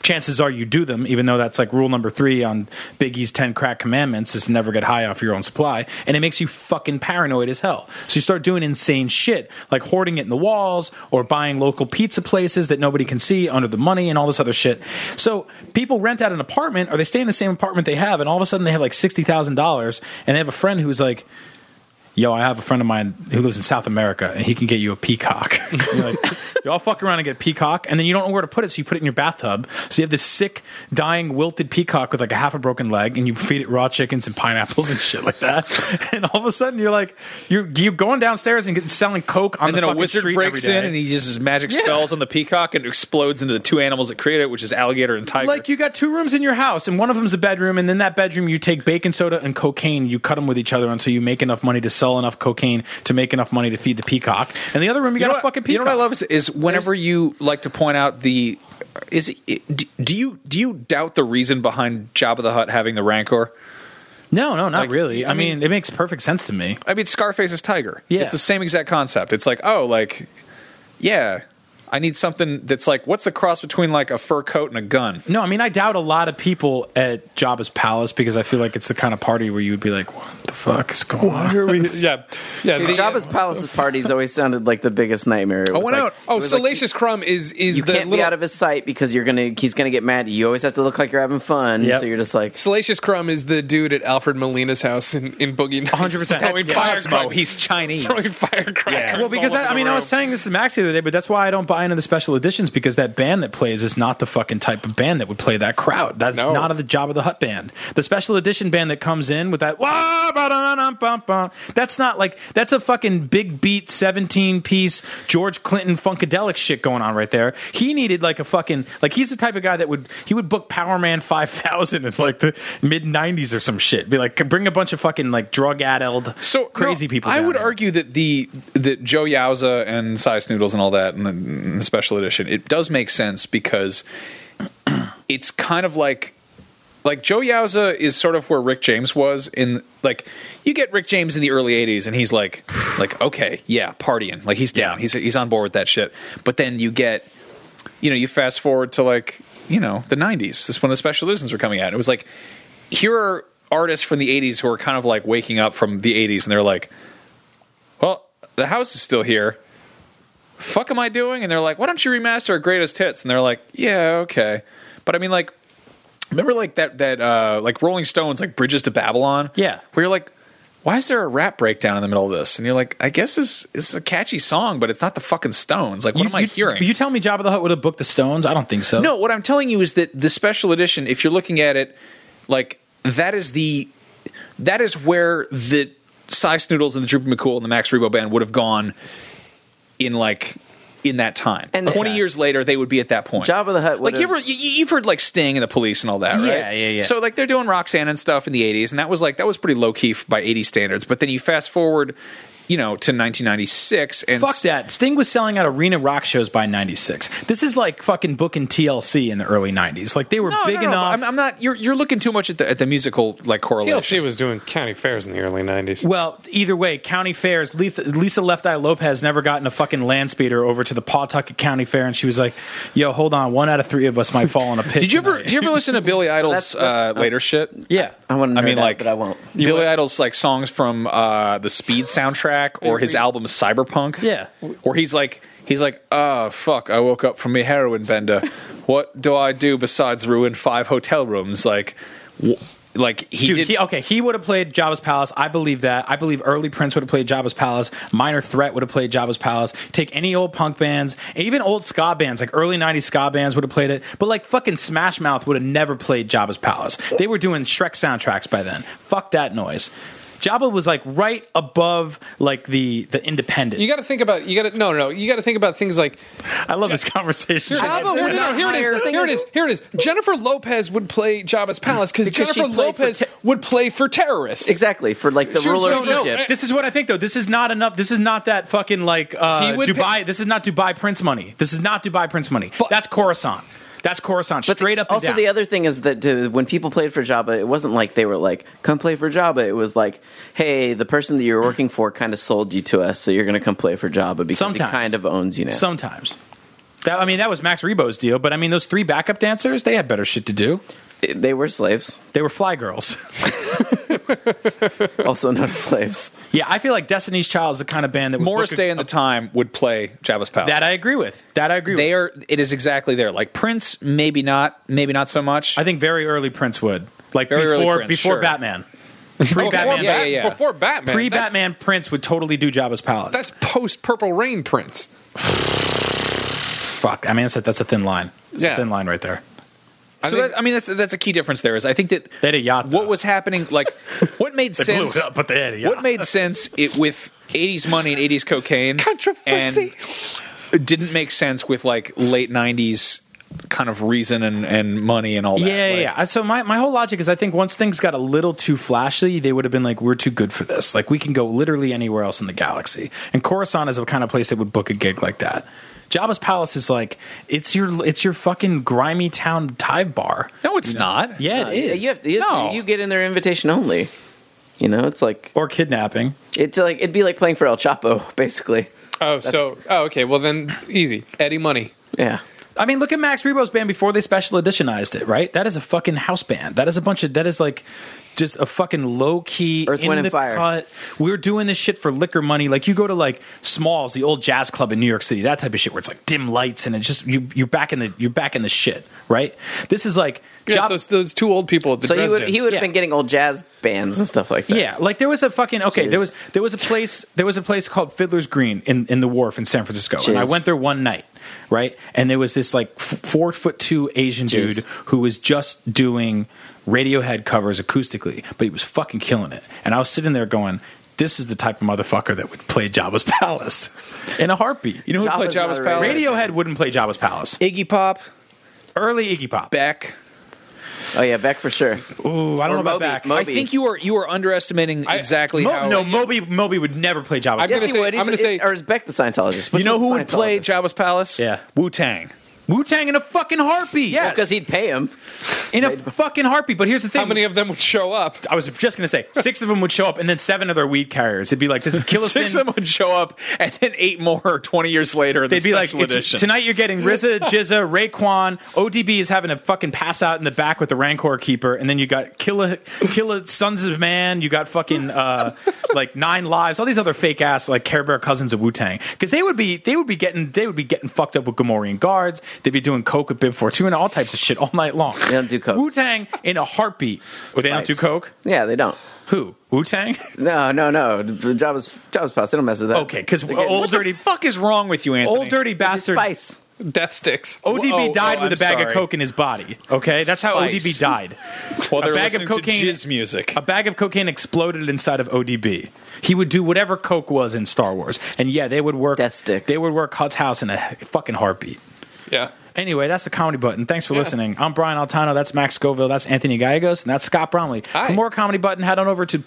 S3: chances are you do them, even though that's like rule number three on Biggie's 10 crack commandments is to never get high off your own supply. And it makes you fucking paranoid as hell. So you start doing insane shit, like hoarding it in the walls or buying local pizza places that nobody can see under the money and all this other shit. So people rent out an apartment or they stay in the same apartment they have, and all of a sudden they have like $60,000 and they have a friend who's like, yo, I have a friend of mine who lives in South America, and he can get you a peacock. You're like, y'all fuck around and get a peacock, and then you don't know where to put it, so you put it in your bathtub. So you have this sick, dying, wilted peacock with like a half a broken leg, and you feed it raw chickens and pineapples and shit like that. And all of a sudden, you're like, you're you're going downstairs and get, selling coke on
S1: and
S3: the
S1: then a
S3: fucking
S1: wizard
S3: street
S1: breaks
S3: every day.
S1: in and he uses magic spells on the peacock and it explodes into the two animals that create it, which is alligator and tiger.
S3: Like you got two rooms in your house, and one of them's a bedroom, and in that bedroom you take baking soda and cocaine. You cut them with each other until you make enough money to sell enough cocaine to make enough money to feed the peacock. And the other room you,
S1: you know what,
S3: got a fucking peacock.
S1: You know what I love is, is whenever you like to point out the is it- it, do you do you doubt the reason behind Jabba the Hutt having the rancor?
S3: No, no, not
S1: Like,
S3: really. I
S1: I
S3: mean, it makes perfect sense to me.
S1: I mean, Scarface's tiger.
S3: Yeah.
S1: It's the same exact concept. It's like, oh, like, yeah, I need something that's like, what's the cross between like a fur coat and a gun?
S3: No, I mean, I doubt a lot of people at Jabba's palace because I feel like it's the kind of party where you would be like, "What the fuck is going on?"
S4: yeah, yeah. uh,
S5: The Jabba's palace's parties always sounded like the biggest nightmare. It was
S1: went
S5: like-
S1: out-
S4: Oh,
S5: it was like,
S4: Salacious Crumb is is
S5: you
S4: the
S5: can't
S4: little
S5: be out of his sight because you're gonna he's gonna get mad. You always have to look like you're having fun.
S3: Yep.
S5: So you're just like
S4: Salacious Crumb is the dude at Alfred Molina's house in, in Boogie Nights.
S3: 100%.
S4: Throwing
S3: That's-
S4: fire-
S1: Cosmo, he's Chinese.
S4: throwing firecrackers.
S3: Well, because that, I mean, I was saying this to Max the other day, but that's why I don't buy into the special editions because that band that plays is not the fucking type of band that would play that crowd. That's
S4: No.
S3: not the job of the Hut band. The special edition band that comes in with that "Wah, ba-da-da-dum-bum-bum," that's not like that's a fucking big beat seventeen piece George Clinton funkadelic shit going on right there. He needed like a fucking like he's the type of guy that would he would book Power Man five thousand in like the mid nineties or some shit. Be like bring a bunch of fucking like drug addled
S1: so
S3: crazy
S1: no,
S3: people.
S1: I
S3: down
S1: would
S3: there.
S1: argue that the that Joe Yauza and Size Noodles and all that and the, and the special edition it does make sense because it's kind of like like Joe Yauza is sort of where Rick James was in like you get Rick James in the early '80s and he's like like okay yeah partying like he's down he's he's on board with that shit but then you get you know, you fast forward to like, you know, the 90s. This is when the special editions were coming out. It was like, here are artists from the 80s who are kind of like waking up from the 80s and they're like, well, the house is still here. Fuck am I doing? And they're like, why don't you remaster our greatest hits? And they're like, yeah, okay. But I mean, like, remember like that, that, uh, like Rolling Stones, like Bridges to Babylon?
S3: Yeah.
S1: Where you're like, why is there a rap breakdown in the middle of this? And you're like, I guess this, this is a catchy song, but it's not the fucking Stones. Like, what am I hearing?
S3: You tell me Jabba the Hutt would have booked the Stones? I don't think so.
S1: No, what I'm telling you is that the special edition, if you're looking at it, like that is the that is where the Cy Snoodles and the Droopy McCool and the Max Rebo band would have gone in like in that time.
S5: And-
S1: And twenty years later, they would be at that point.
S5: Jabba the Hutt
S1: Like
S5: would've-
S1: you ever, you, you've heard like Sting and the Police and all that, right?
S3: Yeah, yeah, yeah.
S1: So like they're doing Roxanne and stuff in the '80s, and that was like that was pretty low key by '80s standards. But then you fast forward, you know, to 1996, and
S3: Fuck that. Sting was selling out arena rock shows by 96. This is like fucking booking TLC in the early 90s. Like they were
S1: No,
S3: big
S1: no, no,
S3: enough.
S1: I'm, I'm not. You're you're looking too much at the at the musical like correlation.
S4: TLC was doing county fairs in the early nineties.
S3: well, either way, county fairs. Lisa, Lisa Left Eye Lopez never got in a fucking land speeder over to the Pawtucket County Fair, and she was like, "Yo, hold on, one out of three of us might fall on a pit."
S1: Did you ever?
S3: tonight."
S1: Did you ever listen to Billy Idol's
S5: That's- that's-
S1: uh, later shit?
S3: yeah,
S5: I want to.
S1: I mean, like,
S5: but I won't.
S1: Billy Idol's like songs from uh, the Speed soundtrack or his album Cyberpunk.
S3: Yeah.
S1: where he's like, he's like, oh fuck, I woke up from a heroin bender. what do I do besides ruin five hotel rooms? Like, w- like he
S3: Dude,
S1: did.
S3: he, okay, he would have played Jabba's Palace. I believe that. I believe early Prince would have played Jabba's Palace. Minor Threat would have played Jabba's Palace. Take any old punk bands, and even old ska bands, like early 90s ska bands would have played it. But like fucking Smash Mouth would have never played Jabba's Palace. They were doing Shrek soundtracks by then. Fuck that noise. Jabba was like right above like the the independent.
S4: You got to think about you got to no no no you got to think about things like
S3: I love this conversation.
S4: Jabba
S5: they're
S4: would- no,
S5: not
S4: here it is.
S5: higher.
S4: Here it is. Here it is. Jennifer Lopez would play Jabba's palace because
S5: Because she
S4: Jennifer
S5: played for
S4: Lopez
S5: ter-
S4: would play for terrorists.
S5: Exactly for like the
S4: Sure,
S5: ruler
S4: so
S5: of
S4: no, eh,
S5: Egypt.
S3: eh, This is what I think though. This is not enough. This is not that fucking like uh,
S4: He would
S3: Dubai.
S4: pay-
S3: this is not Dubai Prince money. This is not Dubai Prince money.
S4: But-
S3: That's Coruscant. That's Coruscant.
S5: But the-
S3: straight up and
S5: Also,
S3: down.
S5: the other thing is that uh, when people played for Jabba, it wasn't like they were like, "Come play for Jabba." It was like, "Hey, the person that you're working for kind of sold you to us, so you're going to come play for Jabba because he
S3: Sometimes.
S5: kind of owns you now."
S3: Sometimes. That, I mean, that was Max Rebo's deal. But I mean, those three backup dancers, they had better shit to do.
S5: they were slaves,
S3: They were fly girls.
S5: also known as slaves.
S3: yeah, I feel like Destiny's Child is the kind of band that would
S1: Morris
S3: look-
S1: Day and the Time would play Jabba's Palace.
S3: that I agree with. That I agree
S1: they
S3: with.
S1: are. It is exactly there. Like Prince, maybe not. Maybe not so much.
S3: I think very early Prince would like
S1: Very early
S3: before
S1: Prince,
S3: before
S1: sure.
S3: Batman. Pre
S4: before,
S3: Batman.
S4: Bat-
S1: yeah, yeah.
S4: before Batman.
S3: Pre Batman Prince would totally do Jabba's palace.
S4: That's, that's post Purple Rain Prince.
S3: fuck. I mean, that's a, that's a thin line. It's
S4: Yeah.
S3: a thin line right there.
S4: I
S1: so
S4: think-
S1: that, I mean, that's that's a key difference. There is, I think that
S3: They had a yacht,
S1: What
S3: though.
S1: was happening? Like, what made
S3: They
S1: sense?
S3: blew it up, but they had a yacht.
S1: What made sense? It with '80s money and '80s cocaine
S4: Controversy.
S1: and it didn't make sense with like late '90s kind of reason and, and money and all that.
S3: Yeah, yeah,
S1: Like,
S3: yeah. I- So my, my whole logic is I think once things got a little too flashy, they would have been like, we're too good for this. Like, we can go literally anywhere else in the galaxy. And Coruscant is the kind of place that would book a gig like that. Jabba's Palace is like, it's your it's your fucking grimy town dive bar.
S1: No, it's not.
S3: Yeah, it is.
S5: Uh, You, have to, you, have to-
S1: No.
S5: you get in there invitation only. You know, it's like
S3: or kidnapping.
S5: it's like it'd be like playing for El Chapo, basically.
S4: oh, so oh, okay. Well, then easy. Eddie Money.
S5: Yeah.
S3: I mean, look at Max Rebo's band before they special editionized it, right? That is a fucking house band. That is a bunch of that is like just a fucking low key
S5: Earth,
S3: in
S5: Wind, and
S3: the
S5: Fire.
S3: cut. We're doing this shit for liquor money. Like you go to like Smalls, the old jazz club in New York City, that type of shit where it's like dim lights and it's just you you're back in the you're back in the shit, right? This is like
S4: Yeah,
S3: Jab-
S4: so it's those two old people at the
S5: So he would
S4: Dresden.
S5: he would have
S3: Yeah.
S5: been getting old jazz bands and stuff like that.
S3: Yeah, like there was a fucking okay. There
S5: Jeez.
S3: was there was a place there was a place called Fiddler's Green in in the Wharf in San Francisco, and I
S5: Jeez.
S3: went there one night, right? And there was this like f- four foot two Asian
S5: Jeez.
S3: dude who was just doing Radiohead covers acoustically, but he was fucking killing it. And I was sitting there going. This is the type of motherfucker that would play Jabba's Palace in a heartbeat. You know,
S1: Who
S5: Jabba's
S1: played
S5: not
S1: Jabba's
S5: a
S1: Palace?
S3: Radiohead wouldn't play Jabba's Palace.
S1: Iggy Pop,
S3: Early Iggy Pop.
S1: Beck.
S5: Oh yeah, Beck for sure.
S3: Ooh, I don't know
S5: Or
S3: about
S5: Moby.
S3: back.
S5: Moby.
S1: I think you are you are underestimating
S4: I-
S1: exactly
S3: Mo-
S1: how.
S3: no, Moby Moby would never play Jabba's.
S4: I'm
S3: Palace.
S5: Yes,
S4: gonna
S5: he
S4: say-
S5: would.
S4: I'm
S5: He's-
S4: gonna say-
S5: or is Beck the Scientologist?
S1: you know who would play Jabba's Palace?
S3: Yeah.
S1: Wu Tang.
S3: Wu Tang in a fucking heartbeat. Yeah,
S5: Because he'd pay him.
S3: in a fucking heartbeat. But here's the thing:
S4: How many of them would show up?
S3: I was just gonna say six of them would show up, and then seven other weed carriers. It'd be like this is Killison.
S1: Six of them would show up, and then eight more twenty years later. in the
S3: They'd be like,
S1: special
S3: it's-
S1: edition.
S3: tonight you're getting RZA, Jizza, Raekwon. ODB is having a fucking pass out in the back with the Rancor Keeper, and then you got Killa, Killa Sons of Man. You got fucking uh, like Nine Lives. All these other fake ass like Care Bear cousins of Wu Tang, because they would be they would be getting they would be getting fucked up with Gamorrean guards. They'd be doing coke with Bib Fortuna, all types of shit all night long. They
S5: don't do coke.
S3: Wu Tang in a heartbeat. Oh, they don't do coke.
S5: Yeah, they don't.
S3: Who Wu Tang?
S5: No, no, no. The Jabba's Jabba's palace. They don't mess with that.
S3: Okay, because
S5: They're getting-
S3: old
S5: What the
S3: dirty,
S1: fuck is wrong with you, Anthony?
S3: old dirty bastard.
S5: Spice.
S4: Death sticks.
S3: ODB
S1: Oh,
S3: died
S1: oh,
S3: with
S1: I'm
S3: a bag
S1: sorry.
S3: of coke in his body. Okay, that's how
S1: Spice.
S3: ODB died.
S1: While
S3: a
S1: they're
S3: bag of
S1: listening to
S3: cocaine-
S1: jizz music.
S3: A bag of cocaine exploded inside of ODB. He would do whatever coke was in Star Wars, and yeah, they would work.
S5: Death sticks.
S3: They would work Hut's house in a fucking heartbeat.
S4: Yeah.
S3: Anyway, that's the comedy button. Thanks for listening. I'm Brian Altano. That's Max Scoville. That's Anthony Gallegos, and that's Scott Bromley.
S4: Hi.
S3: For more comedy button, head on over to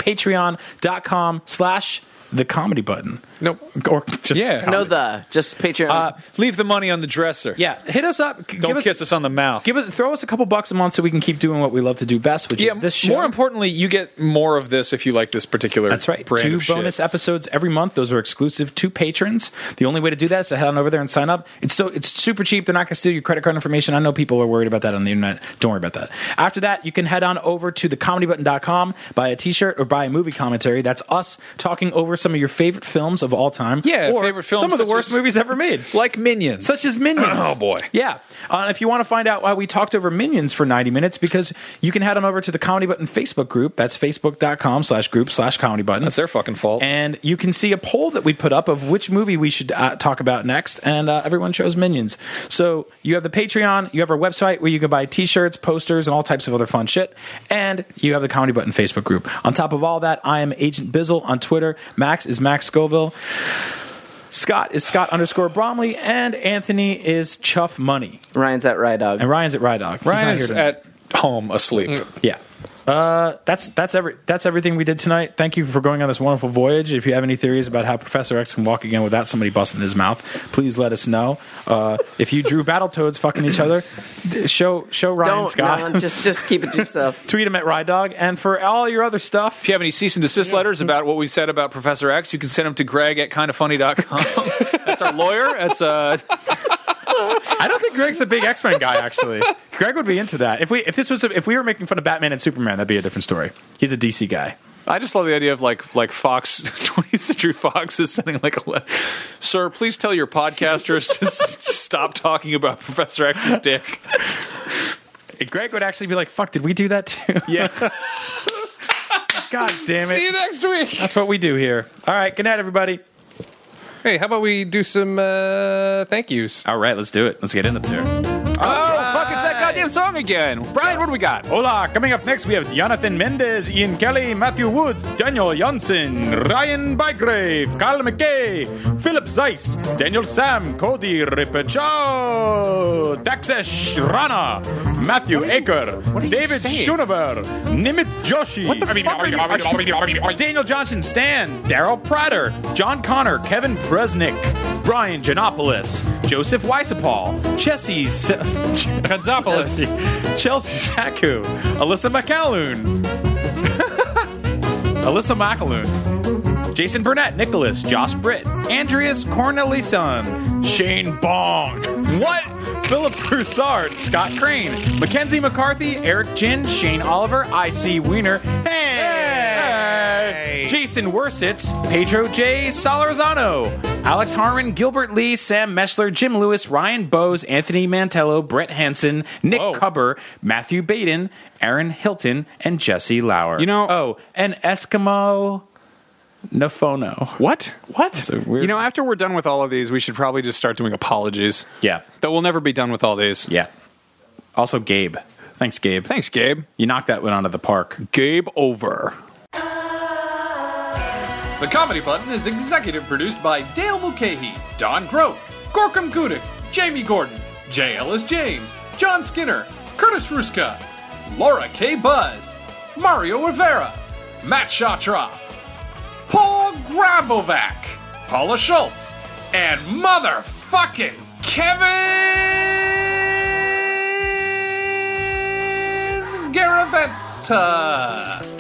S3: Patreon.com/slash the comedy button.
S4: Nope.
S3: Or just
S1: Yeah.
S3: comedy.
S5: No, the just Patreon.
S3: Uh,
S1: Leave the money on the dresser.
S3: Yeah, hit us up.
S1: Don't kiss us on the mouth.
S3: Give us throw us a couple bucks a month so we can keep doing what we love to do best, which
S1: yeah,
S3: is this show.
S1: more importantly, you get more of this if you like this particular
S3: That's right.
S1: brand
S3: Two
S1: of shit.
S3: bonus episodes every month. Those are exclusive to patrons. The only way to do that is to head on over there and sign up. It's so it's super cheap. They're not going to steal your credit card information. I know people are worried about that on the internet. Don't worry about that. After that, you can head on over to thecomedybutton.com, buy a t-shirt or buy a movie commentary. That's us talking over some of your favorite films of all time.
S1: Yeah,
S3: or
S1: favorite films
S3: some of the
S1: such
S3: worst
S1: as-
S3: movies ever made.
S1: Like Minions.
S3: such as Minions.
S1: Oh, boy.
S3: Yeah. Uh, and if you want to find out why we talked over Minions for 90 minutes, because you can head on over to the Comedy Button Facebook group. That's facebook.com slash group slash comedy button.
S1: That's their fucking fault.
S3: And you can see a poll that we put up of which movie we should uh, talk about next, and uh, everyone chose Minions. So you have the Patreon, you have our website where you can buy T-shirts, posters, and all types of other fun shit, and you have the Comedy Button Facebook group. On top of all that, I am Agent Bizzle on Twitter. Max is Max Scoville. Scott is Scott underscore Bromley, and Anthony is Chuff Money,
S5: Ryan's at Rye Dog.
S3: and Ryan's at Rye Dog. He's
S1: Ryan
S3: not
S1: is
S3: here tonight.
S1: at home asleep.
S3: Yeah. Uh, that's that's every that's everything we did tonight. Thank you for going on this wonderful voyage. If you have any theories about how Professor X can walk again without somebody busting his mouth, please let us know. Uh, if you drew Battletoads fucking each other, d- show show Ryan
S5: don't
S3: Scott.
S5: no, just just keep it to yourself.
S3: Tweet him at Ride Dog, and for all your other stuff,
S1: If you have any cease and desist letters about what we've said about Professor X, you can send them to greg at kindoffunny.com. That's our lawyer. That's uh,
S3: I don't think Greg's a big X Men guy. Actually, Greg would be into that. If we if this was a, if we were making fun of Batman and Superman, that'd be a different story. He's a DC guy.
S1: I just love the idea of like like Fox 20th Century Fox is sending like a letter. Sir, please tell your podcasters to s- stop talking about Professor X's dick.
S3: Greg would actually be like, "Fuck, did we do that too?" Yeah. God damn
S4: See you
S3: it.
S4: next week.
S3: That's what we do here. All right. Good night, everybody.
S4: Hey, how about we do some uh, thank yous?
S3: All right. Let's do it. Let's get in there.
S6: Oh, fuck, it's that goddamn song again. Brian, what do we got?
S3: Hola! Coming up next, we have Jonathan Mendez, Ian Kelly, Matthew Wood, Daniel Janssen, Ryan Bygrave, Kyle McKay, Philip Zeiss, Daniel Sam, Cody Ripachow, Daxesh Rana, Matthew Aker, David Schoenever, Nimit Joshi, I mean, I mean, I mean, I mean, I mean, Daniel Johnson Stan, Daryl Prater, John Connor, Kevin Bresnick, Brian Janopoulos, Joseph Weisapal, Jesse Gonzopoulos, Chelsea Saku, Alyssa McAloon, Alyssa McAloon, Jason Burnett, Nicholas, Josh Britt, Andreas Cornelison, Shane Bong, what? Philip Broussard, Scott Crane, Mackenzie McCarthy, Eric Jin, Shane Oliver, IC Wiener, hey! Jason Wursitz, Pedro J. Solorzano, Alex Harmon, Gilbert Lee, Sam Meshler, Jim Lewis, Ryan Bowes, Anthony Mantello, Brett Hansen, Nick
S4: Whoa.
S3: Cubber, Matthew Baden, Aaron Hilton, and Jesse Lauer.
S6: You know-
S3: oh, and Eskimo Nafono.
S6: What?
S3: What? So weird.
S6: You know, after we're done with all of these, we should probably just start doing apologies.
S3: yeah,
S6: That we'll never be done with all these.
S3: yeah. Also, Gabe. Thanks, Gabe.
S6: Thanks, Gabe.
S3: You knocked that one out of the park.
S6: Gabe over.
S4: The Comedy Button is executive produced by Dale Mulcahy, Don Grote, Gorkum Gudick, Jamie Gordon, J. Ellis James, John Skinner, Curtis Ruska, Laura K. Buzz, Mario Rivera, Matt Shatra, Paul Grabovac, Paula Schultz, and motherfucking Kevin Garaventa.